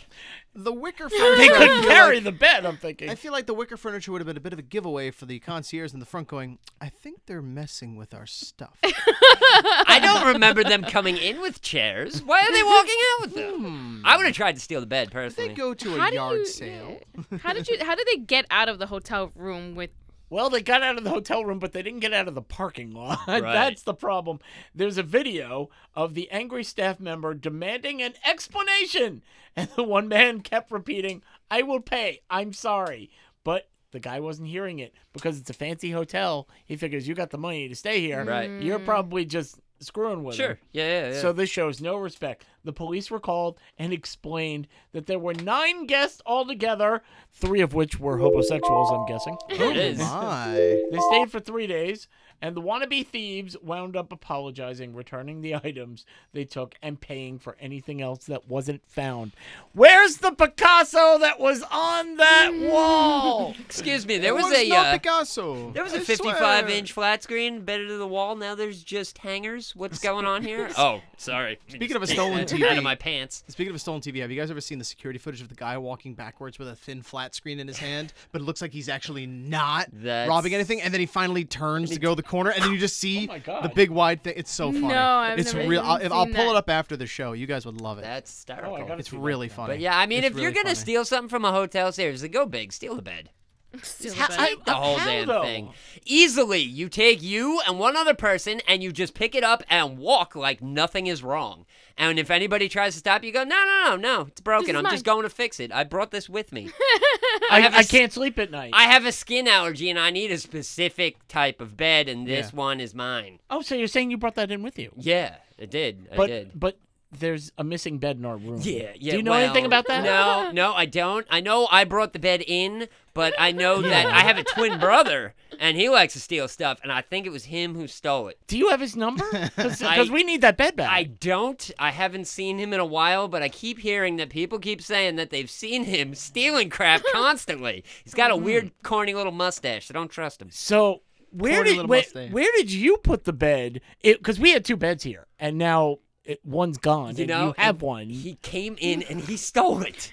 Speaker 3: the wicker
Speaker 2: they
Speaker 3: furniture.
Speaker 2: couldn't carry the bed. I'm
Speaker 3: I
Speaker 2: thinking.
Speaker 3: feel like the wicker furniture would have been a bit of a giveaway for the concierge in the front going, I think they're messing with our stuff.
Speaker 4: I don't remember them coming in with chairs. Why are they walking out with them? I would have tried to steal the bed
Speaker 3: Hmm. they
Speaker 4: personally.
Speaker 3: go to a
Speaker 1: How do
Speaker 3: yard
Speaker 1: you-
Speaker 3: sale.
Speaker 1: how did you? How did they get out of the hotel room with?
Speaker 2: Well, they got out of the hotel room, but they didn't get out of the parking lot. That's the problem. There's a video of the angry staff member demanding an explanation, and the one man kept repeating, "I will pay. I'm sorry," but. The guy wasn't hearing it because it's a fancy hotel. He figures you got the money to stay here.
Speaker 4: Right.
Speaker 2: You're probably just screwing with him.
Speaker 4: Sure. Yeah, yeah, yeah.
Speaker 2: So this shows no respect. The police were called and explained that there were nine guests altogether, three of which were homosexuals, I'm guessing.
Speaker 4: there it is.
Speaker 3: My.
Speaker 2: They stayed for three days, and the wannabe thieves wound up apologizing, returning the items they took, and paying for anything else that wasn't found. Where's the Picasso that was on that wall?
Speaker 4: Excuse me. There
Speaker 3: It
Speaker 4: was,
Speaker 3: was
Speaker 4: a
Speaker 3: no
Speaker 4: uh,
Speaker 3: Picasso.
Speaker 4: there was a
Speaker 3: I
Speaker 4: 55
Speaker 3: swear.
Speaker 4: inch flat screen bedded to the wall. Now there's just hangers. What's going on here? Oh, sorry.
Speaker 3: Speaking of a stolen
Speaker 4: out
Speaker 3: TV.
Speaker 4: of my pants.
Speaker 3: Speaking of a stolen TV, have you guys ever seen the security footage of the guy walking backwards with a thin flat screen in his hand, but it looks like he's actually not
Speaker 4: That's-
Speaker 3: robbing anything, and then he finally turns to go the corner, and then you just see
Speaker 2: my God.
Speaker 3: the big wide thing. It's so funny.
Speaker 1: No, I've
Speaker 3: it's
Speaker 1: never
Speaker 3: real.
Speaker 1: even
Speaker 3: I'll, if- I'll
Speaker 1: seen
Speaker 3: pull
Speaker 1: that.
Speaker 3: it up after the show. You guys would love Oh, it.
Speaker 4: That's hysterical.
Speaker 2: gotta
Speaker 3: it's really funny.
Speaker 4: But yeah, I mean,
Speaker 3: It's
Speaker 4: if you're
Speaker 3: really
Speaker 4: gonna
Speaker 3: funny.
Speaker 4: steal something from a hotel, seriously, go big. Steal the bed.
Speaker 1: Still
Speaker 4: How-
Speaker 1: about
Speaker 4: I-
Speaker 1: it.
Speaker 4: the
Speaker 2: How-
Speaker 4: whole
Speaker 2: how,
Speaker 4: damn
Speaker 2: though?
Speaker 4: thing. Easily, you take you and one other person, and you just pick it up and walk like nothing is wrong. And if anybody tries to stop you, go, no, no, no, no, it's broken.
Speaker 1: is
Speaker 4: I'm
Speaker 1: mine."
Speaker 4: just going to fix it. I brought this with me.
Speaker 2: I,
Speaker 4: have a
Speaker 2: I
Speaker 4: s-
Speaker 2: can't sleep at night.
Speaker 4: I have a skin allergy, and I need a specific type of bed, and this
Speaker 3: Yeah.
Speaker 4: one is mine.
Speaker 2: oh, so you're saying you brought that in with you?
Speaker 4: Yeah, it did. I
Speaker 2: but
Speaker 4: did.
Speaker 2: but there's a missing bed in our room.
Speaker 4: Yeah, yeah.
Speaker 2: Do you know
Speaker 4: well,
Speaker 2: anything about that?
Speaker 4: No, no, I don't. I know I brought the bed in, but I know that I have a twin brother, and he likes to steal stuff, and I think it was him who stole it.
Speaker 2: Do you have his number?
Speaker 4: I-
Speaker 2: Because we need that bed back.
Speaker 4: I don't. I haven't seen him in a while, but I keep hearing that people keep saying that they've seen him stealing crap constantly. He's got a weird,
Speaker 2: Mm-hmm.
Speaker 4: corny little mustache, so don't trust him.
Speaker 2: so where
Speaker 3: Corny
Speaker 2: did
Speaker 3: little
Speaker 2: where,
Speaker 3: mustache.
Speaker 2: where did you put the bed? Because we had two beds here, and now it, one's gone.
Speaker 4: You
Speaker 2: and
Speaker 4: know,
Speaker 2: you have
Speaker 4: and
Speaker 2: one.
Speaker 4: He came in and he stole it.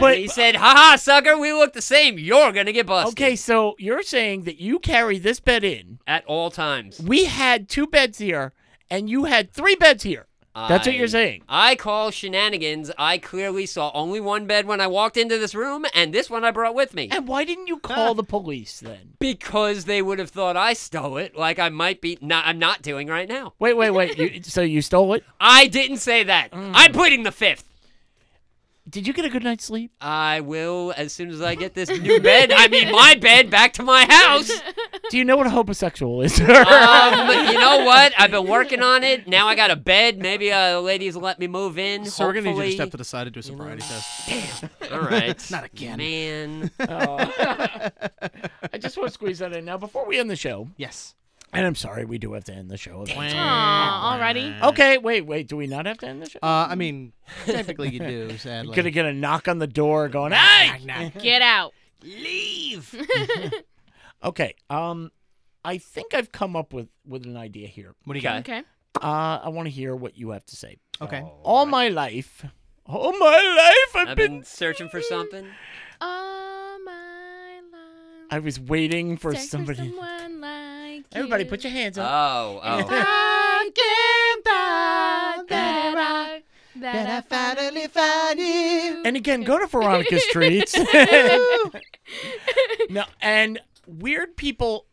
Speaker 2: but
Speaker 4: He said, "Ha ha, sucker! We look the same. You're gonna get busted."
Speaker 2: okay, so you're saying that you carry this bed in.
Speaker 4: At all times.
Speaker 2: We had two beds here, and you had three beds here. That's what
Speaker 4: I-
Speaker 2: you're saying.
Speaker 4: I call shenanigans. I clearly saw only one bed when I walked into this room, and this one I brought with me.
Speaker 2: And why didn't you call the police then?
Speaker 4: Because they would have thought I stole it, like I might be. Not, I'm not doing right now.
Speaker 2: Wait, wait, wait. You, so you stole it?
Speaker 4: I didn't say that. I'm pleading the fifth.
Speaker 2: Did you get a good night's sleep?
Speaker 4: I will as soon as I get this new bed. I mean, my bed back to my house.
Speaker 2: Do you know what a homosexual is?
Speaker 4: Um, you know what? I've been working on it. Now I got a bed. Maybe uh, the ladies let me move in.
Speaker 3: So we're gonna need you to
Speaker 4: hopefully.
Speaker 3: step to the side to do a sobriety test.
Speaker 4: All right.
Speaker 3: Not again.
Speaker 4: Man.
Speaker 2: Oh. I just want to squeeze that in now before we end the show.
Speaker 3: Yes.
Speaker 2: And I'm sorry, we do have to end the show.
Speaker 1: Aw, already.
Speaker 2: Okay, wait, wait. Do we not have to end the show?
Speaker 3: Uh, I mean, technically you do. Sadly.
Speaker 2: Gonna get a knock on the door, going, "Hey!"
Speaker 1: Get out.
Speaker 3: leave.
Speaker 2: Okay. Um, I think I've come up with with an idea here.
Speaker 3: What do you got?
Speaker 1: Okay.
Speaker 2: Uh, I want to hear what you have to say.
Speaker 3: Okay.
Speaker 2: All Oh, my life, all my life, I've,
Speaker 4: I've
Speaker 2: been.
Speaker 4: been searching for something.
Speaker 1: All my life.
Speaker 2: I was waiting for
Speaker 1: search
Speaker 2: somebody.
Speaker 1: For
Speaker 2: Uh,
Speaker 1: someone like
Speaker 2: Everybody,
Speaker 1: you.
Speaker 2: put your hands up.
Speaker 4: Oh, oh.
Speaker 1: I can find that I that, I found a
Speaker 3: found
Speaker 1: Oh,
Speaker 3: you.
Speaker 2: And again, go to Veronica Streets. no, and weird people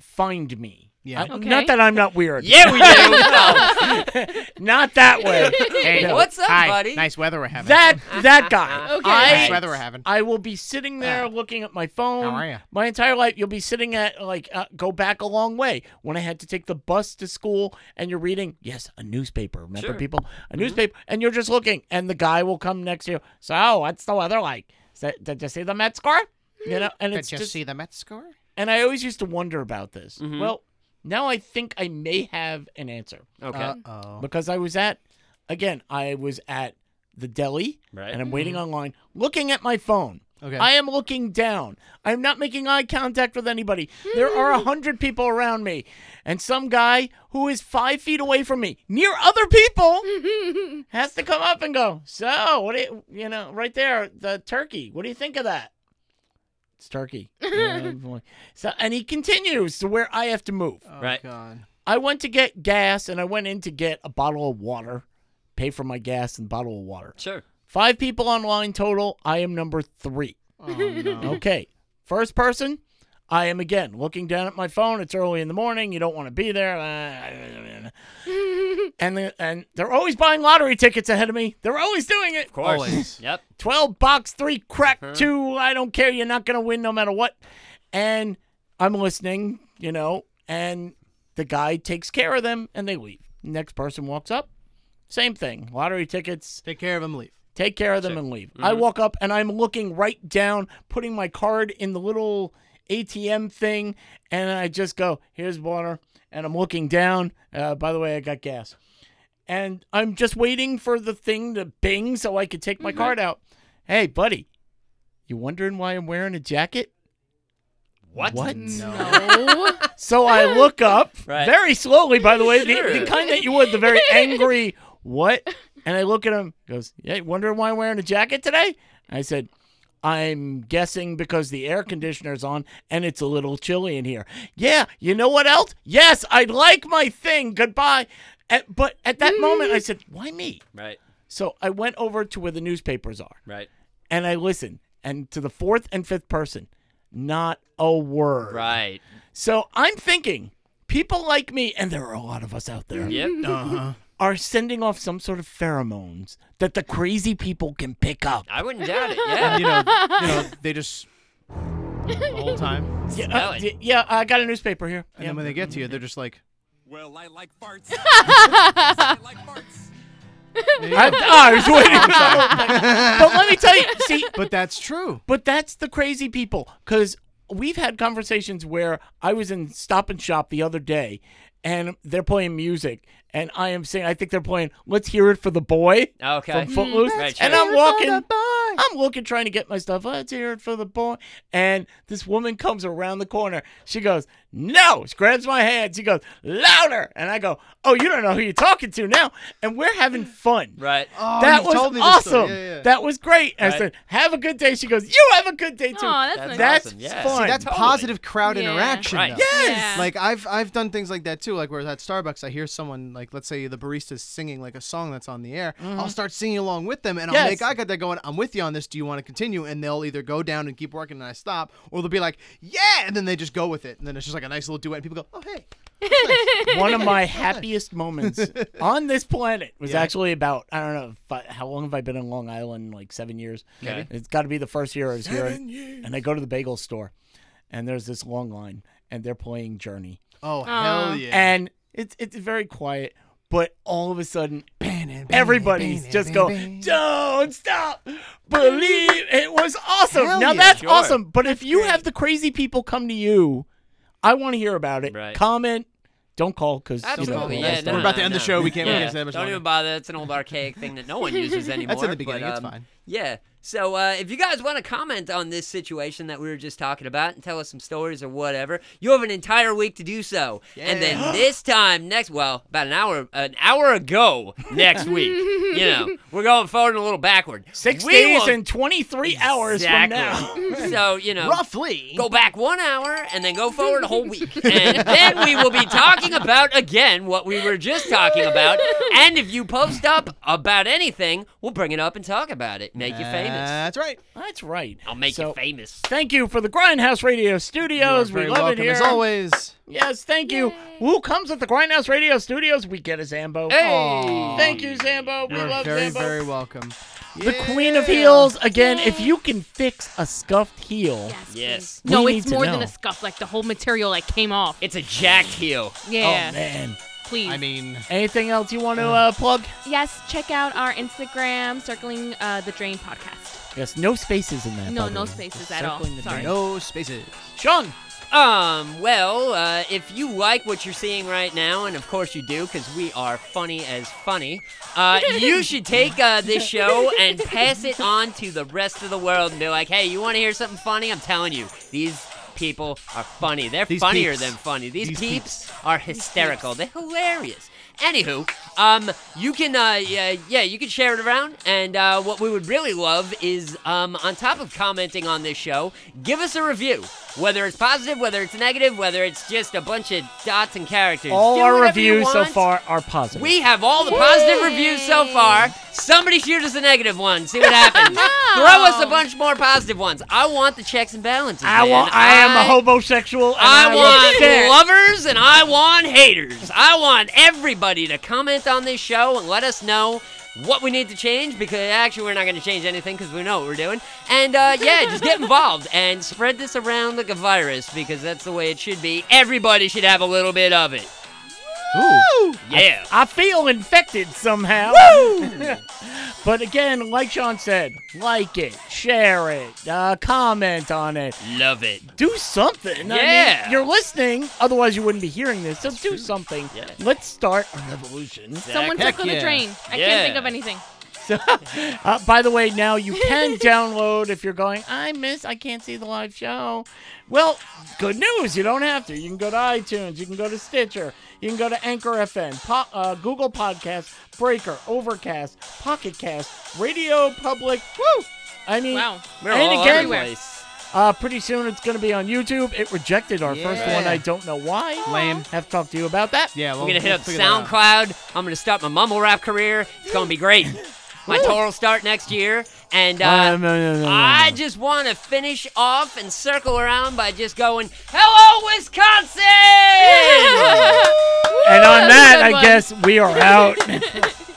Speaker 2: find me.
Speaker 3: Yeah.
Speaker 2: Uh,
Speaker 1: Okay.
Speaker 2: Not that I'm not weird.
Speaker 4: Yeah, we do. Oh,
Speaker 2: Not that way.
Speaker 3: Hey,
Speaker 2: No.
Speaker 4: what's up,
Speaker 3: hi.
Speaker 4: buddy?
Speaker 3: Nice weather we're having.
Speaker 2: That that guy.
Speaker 1: Okay.
Speaker 3: nice
Speaker 2: I,
Speaker 3: weather we're having.
Speaker 2: I will be sitting there
Speaker 3: Yeah.
Speaker 2: looking at my phone.
Speaker 3: How are ya?
Speaker 2: My entire life, you'll be sitting at like uh, go back a long way. When I had to take the bus to school, and you're reading, yes, a newspaper. Remember,
Speaker 4: Sure.
Speaker 2: people, a
Speaker 3: Mm-hmm.
Speaker 2: newspaper, and you're just looking, and the guy will come next to you. So, what's the weather like? Is that- Did you see the Mets score? You know, and it's
Speaker 3: Did you
Speaker 2: just,
Speaker 3: Mm-hmm. see Mm-hmm. the Mets score?
Speaker 2: and I always used to wonder about this. Well, now I think I may have an answer
Speaker 4: Okay.
Speaker 3: oh.
Speaker 2: because I was at, again, I was at the deli,
Speaker 4: Right.
Speaker 2: and I'm waiting online, looking at my phone.
Speaker 3: Okay.
Speaker 2: I am looking down. I'm not making eye contact with anybody. There are a hundred people around me, and some guy who is five feet away from me, near other people, has to come up and go. So, what do you, you know, right there, the turkey. What do you think of that? It's turkey. Yeah, boy. so, and he continues to where I have to move.
Speaker 3: Oh,
Speaker 4: Right.
Speaker 3: God.
Speaker 2: I went to get gas and I went in to get a bottle of water, pay for my gas and bottle of water.
Speaker 4: Sure.
Speaker 2: Five people online total. I am number three.
Speaker 3: Oh,
Speaker 4: Mm-hmm.
Speaker 3: no.
Speaker 2: Okay. First person, I am again looking down at my phone. It's early in the morning. You don't want to be there. and the, and they're always buying lottery tickets ahead of me. They're always doing it.
Speaker 4: Of course.
Speaker 3: Always.
Speaker 4: Yep.
Speaker 2: 12 box, 3 crack, 2 I don't care, you're not going to win no matter what. And I'm listening, you know, and the guy takes care of them and they leave. Next person walks up. Same thing. Lottery tickets,
Speaker 3: Take care of him. Leave.
Speaker 2: take care of them and leave. I
Speaker 4: Mm-hmm.
Speaker 2: walk up and I'm looking right down, putting my card in the little ATM thing, and I just go, here's water. And I'm looking down. Uh, by the way, I got gas. And I'm just waiting for the thing to bing so I could
Speaker 4: Mm-hmm.
Speaker 2: take my card out. Hey, buddy, you wondering why I'm wearing a jacket?
Speaker 4: What?
Speaker 2: What?
Speaker 1: No.
Speaker 2: So I look up
Speaker 4: Right.
Speaker 2: very slowly, by the way, the- the,
Speaker 4: Sure.
Speaker 2: kind that you would, the very angry, what? And I look at him, goes, Yeah, wondering why I'm wearing a jacket today? I said, I'm guessing because the air conditioner's on and it's a little chilly in here. Yeah, you know what else? Yes, I'd like my thing. Goodbye. At, but at that moment,
Speaker 4: Mm-hmm.
Speaker 2: I said, Why me?
Speaker 4: Right.
Speaker 2: So I went over to where the newspapers are
Speaker 4: Right.
Speaker 2: and I listened, and to the fourth and fifth person, not a word.
Speaker 4: Right.
Speaker 2: So I'm thinking people like me, and there are a lot of us out there,
Speaker 4: Yep.
Speaker 3: Uh-huh.
Speaker 2: are sending off some sort of pheromones that the crazy people can pick up.
Speaker 4: I wouldn't doubt it. Yeah.
Speaker 3: you know, you know, they just the whole time,
Speaker 2: Yeah,
Speaker 4: Smell
Speaker 2: uh,
Speaker 4: it.
Speaker 2: y- yeah, I got a newspaper here.
Speaker 3: and then when they get to you, they're just like,
Speaker 6: Well, I like farts. I like farts.
Speaker 2: I, I was waiting. for that. but let me tell you, see,
Speaker 3: but that's true.
Speaker 2: But that's the crazy people because we've had conversations where I was in Stop and Shop the other day and they're playing music and I am saying, I think they're playing Let's Hear It for the Boy
Speaker 4: Okay.
Speaker 2: from Footloose.
Speaker 4: Right, sure.
Speaker 2: and I'm
Speaker 3: The
Speaker 2: walking.
Speaker 3: boy.
Speaker 2: I'm looking, trying to get my stuff. Let's hear it for the boy. And this woman comes around the corner. She goes, No. She grabs my hand. She goes, Louder. And I go, Oh, you don't know who you're talking to now. And we're having fun
Speaker 4: Right.
Speaker 3: Oh,
Speaker 2: that
Speaker 3: you
Speaker 2: was
Speaker 3: told me this story.
Speaker 2: awesome.
Speaker 3: Yeah, yeah.
Speaker 2: That was great. And I
Speaker 4: Right.
Speaker 2: said, "Have a good day." She goes, "You have a good day too."
Speaker 1: Aw, that's That's nice.
Speaker 4: awesome. Yeah. See,
Speaker 2: fun.
Speaker 3: that's
Speaker 4: Totally.
Speaker 3: positive crowd
Speaker 1: Yeah.
Speaker 3: interaction.
Speaker 4: Right.
Speaker 3: though.
Speaker 1: Yes. Yeah.
Speaker 3: Like I've I've done things like that too. Like where at Starbucks, I hear someone like let's say the barista's singing like a song that's on the air. I'll start singing along with them, and I'll
Speaker 2: Mm-hmm. Yes.
Speaker 3: make eye contact, going, "I'm with you on this. Do you want to continue?" And they'll either go down and keep working, and I stop, or they'll be like, "Yeah," and then they just go with it, and then it's just like a nice little duet, and people go, "Oh hey."
Speaker 2: one of my happiest moments on this planet was
Speaker 3: Yeah.
Speaker 2: actually about I don't know if I, how long have I been in Long Island? Like seven years.
Speaker 4: Okay.
Speaker 2: It's got to be the first year I was here. And I go to the bagel store, and there's this long line, and they're playing Journey,
Speaker 3: Oh
Speaker 1: Aw.
Speaker 3: hell yeah!
Speaker 2: and it's it's very quiet. But all of a sudden, everybody's just going, "Don't stop, believe." It was awesome.
Speaker 3: Hell
Speaker 2: now
Speaker 3: yeah.
Speaker 2: that's
Speaker 4: Sure.
Speaker 2: awesome. But if you have the crazy people come to you, I want to hear about it.
Speaker 4: Right.
Speaker 2: Comment. Don't call because
Speaker 4: Absolutely.
Speaker 3: call.
Speaker 4: Yeah.
Speaker 3: That's-
Speaker 4: no,
Speaker 3: we're about to
Speaker 4: no,
Speaker 3: end the
Speaker 4: no.
Speaker 3: show. We can't- we
Speaker 4: Yeah.
Speaker 3: can't say that much
Speaker 4: Don't
Speaker 3: longer.
Speaker 4: even bother. It's an old archaic thing that no one uses anymore.
Speaker 3: That's in the beginning.
Speaker 4: but,
Speaker 3: It's
Speaker 4: um,
Speaker 3: fine.
Speaker 4: Yeah. So uh, if you guys want to comment on this situation that we were just talking about and tell us some stories or whatever, you have an entire week to do so. And then this time next, well, about an hour, an hour ago next week. you know, we're going forward and a little backward.
Speaker 2: Six
Speaker 4: We
Speaker 2: days
Speaker 4: will-
Speaker 2: and 23 hours
Speaker 4: exactly.
Speaker 2: from now.
Speaker 4: so you know,
Speaker 3: Roughly.
Speaker 4: go back one hour and then go forward a whole week. And then we will be talking about again what we were just talking about. And if you post up about anything, we'll bring it up and talk about it. Make you famous.
Speaker 3: That's right.
Speaker 2: That's right.
Speaker 4: I'll make
Speaker 2: So,
Speaker 4: you famous.
Speaker 2: Thank you for the Grindhouse Radio Studios.
Speaker 3: You're
Speaker 2: We
Speaker 3: very
Speaker 2: love
Speaker 3: welcome
Speaker 2: it here.
Speaker 3: as always.
Speaker 2: Yes, thank you. Who comes at the Grindhouse Radio Studios? We get a Zambo.
Speaker 4: Hey.
Speaker 2: Thank you, Zambo. We
Speaker 3: Um, You're
Speaker 2: love
Speaker 3: very
Speaker 2: Zambo.
Speaker 3: very welcome.
Speaker 2: The Queen of Heels again. If you can fix a scuffed heel,
Speaker 1: Yes.
Speaker 4: Yes.
Speaker 1: please. No,
Speaker 2: We
Speaker 1: it's
Speaker 2: need to
Speaker 1: more than
Speaker 2: know.
Speaker 1: a scuff. Like the whole material like came off.
Speaker 4: It's a jacked heel.
Speaker 1: Yeah.
Speaker 2: oh man.
Speaker 1: Please.
Speaker 3: I mean,
Speaker 2: Anything else you want to uh, plug?
Speaker 1: yes. Check out our Instagram, circling uh, the drain podcast.
Speaker 2: Yes, no spaces in that.
Speaker 1: No,
Speaker 2: by the
Speaker 1: no
Speaker 2: way.
Speaker 1: spaces
Speaker 2: Just
Speaker 1: at all.
Speaker 2: circling the
Speaker 1: Sorry.
Speaker 2: drain.
Speaker 3: no spaces.
Speaker 2: Sean,
Speaker 4: Um, well, uh, if you like what you're seeing right now, and of course you do, because we are funny as funny, uh, you should take uh, this show and pass it on to the rest of the world and be like, hey, you want to hear something funny? I'm telling you, these people are funny. They're
Speaker 3: These
Speaker 4: funnier
Speaker 3: peeps.
Speaker 4: than funny. These,
Speaker 3: These
Speaker 4: peeps, are hysterical. They're hilarious. Anywho, um, you can uh, yeah, yeah, you can share it around, and uh, what we would really love is um, on top of commenting on this show, give us a review. Whether it's positive, whether it's negative, whether it's just a bunch of dots and characters.
Speaker 2: all
Speaker 4: Do
Speaker 2: our
Speaker 4: whatever you
Speaker 2: reviews so
Speaker 4: want.
Speaker 2: far are positive.
Speaker 4: We have all the positive reviews so far. Somebody shoot us a negative one. See what happens. Throw us a bunch more positive ones. I want the checks and balances.
Speaker 2: I
Speaker 4: man.
Speaker 2: want. I am a
Speaker 4: I-
Speaker 2: homosexual. and
Speaker 4: I
Speaker 2: will share.
Speaker 4: want lovers and I want haters. I want everybody to comment on this show and let us know what we need to change because actually we're not going to change anything because we know what we're doing. And uh, yeah, just get involved and spread this around like a virus because that's the way it should be. Everybody should have a little bit of it.
Speaker 2: Ooh.
Speaker 4: Yeah.
Speaker 2: I feel infected somehow. but again, like Sean said, like it, share it, uh, comment on it.
Speaker 4: Love it.
Speaker 2: do something. I
Speaker 4: Yeah.
Speaker 2: mean, you're listening. Otherwise, you wouldn't be hearing this. So do something.
Speaker 4: Yeah.
Speaker 2: Let's start a revolution.
Speaker 1: Someone
Speaker 4: Heck
Speaker 1: circle
Speaker 3: yeah.
Speaker 1: the drain. I
Speaker 4: Yeah.
Speaker 1: can't think of anything.
Speaker 2: So, uh, by the way, now you can download if you're going. I miss. I can't see the live show. Well, good news. You don't have to. You can go to iTunes. You can go to Stitcher. You can go to Anchor FM, po- uh, Google Podcast, Breaker, Overcast, Pocket Cast, Radio Public. Woo! I mean,
Speaker 1: Wow.
Speaker 4: We're
Speaker 2: and
Speaker 4: all
Speaker 2: again,
Speaker 4: over the place.
Speaker 2: uh, pretty soon it's going to be on YouTube. It rejected our first
Speaker 3: Yeah.
Speaker 2: one. I don't know why.
Speaker 3: Lame.
Speaker 2: Have to talk to you about that.
Speaker 3: Yeah, well,
Speaker 4: I'm gonna hit
Speaker 3: we'll
Speaker 4: up
Speaker 3: figure that out.
Speaker 4: SoundCloud. I'm gonna start my mumble rap career. It's gonna be great. My tour will start next year, And uh,
Speaker 2: Uh, no, no, no, no,
Speaker 4: I
Speaker 2: no.
Speaker 4: just want to finish off and circle around by just going, "Hello, Wisconsin!"
Speaker 2: And on
Speaker 1: That was a good
Speaker 2: that, I
Speaker 1: one.
Speaker 2: guess we are out.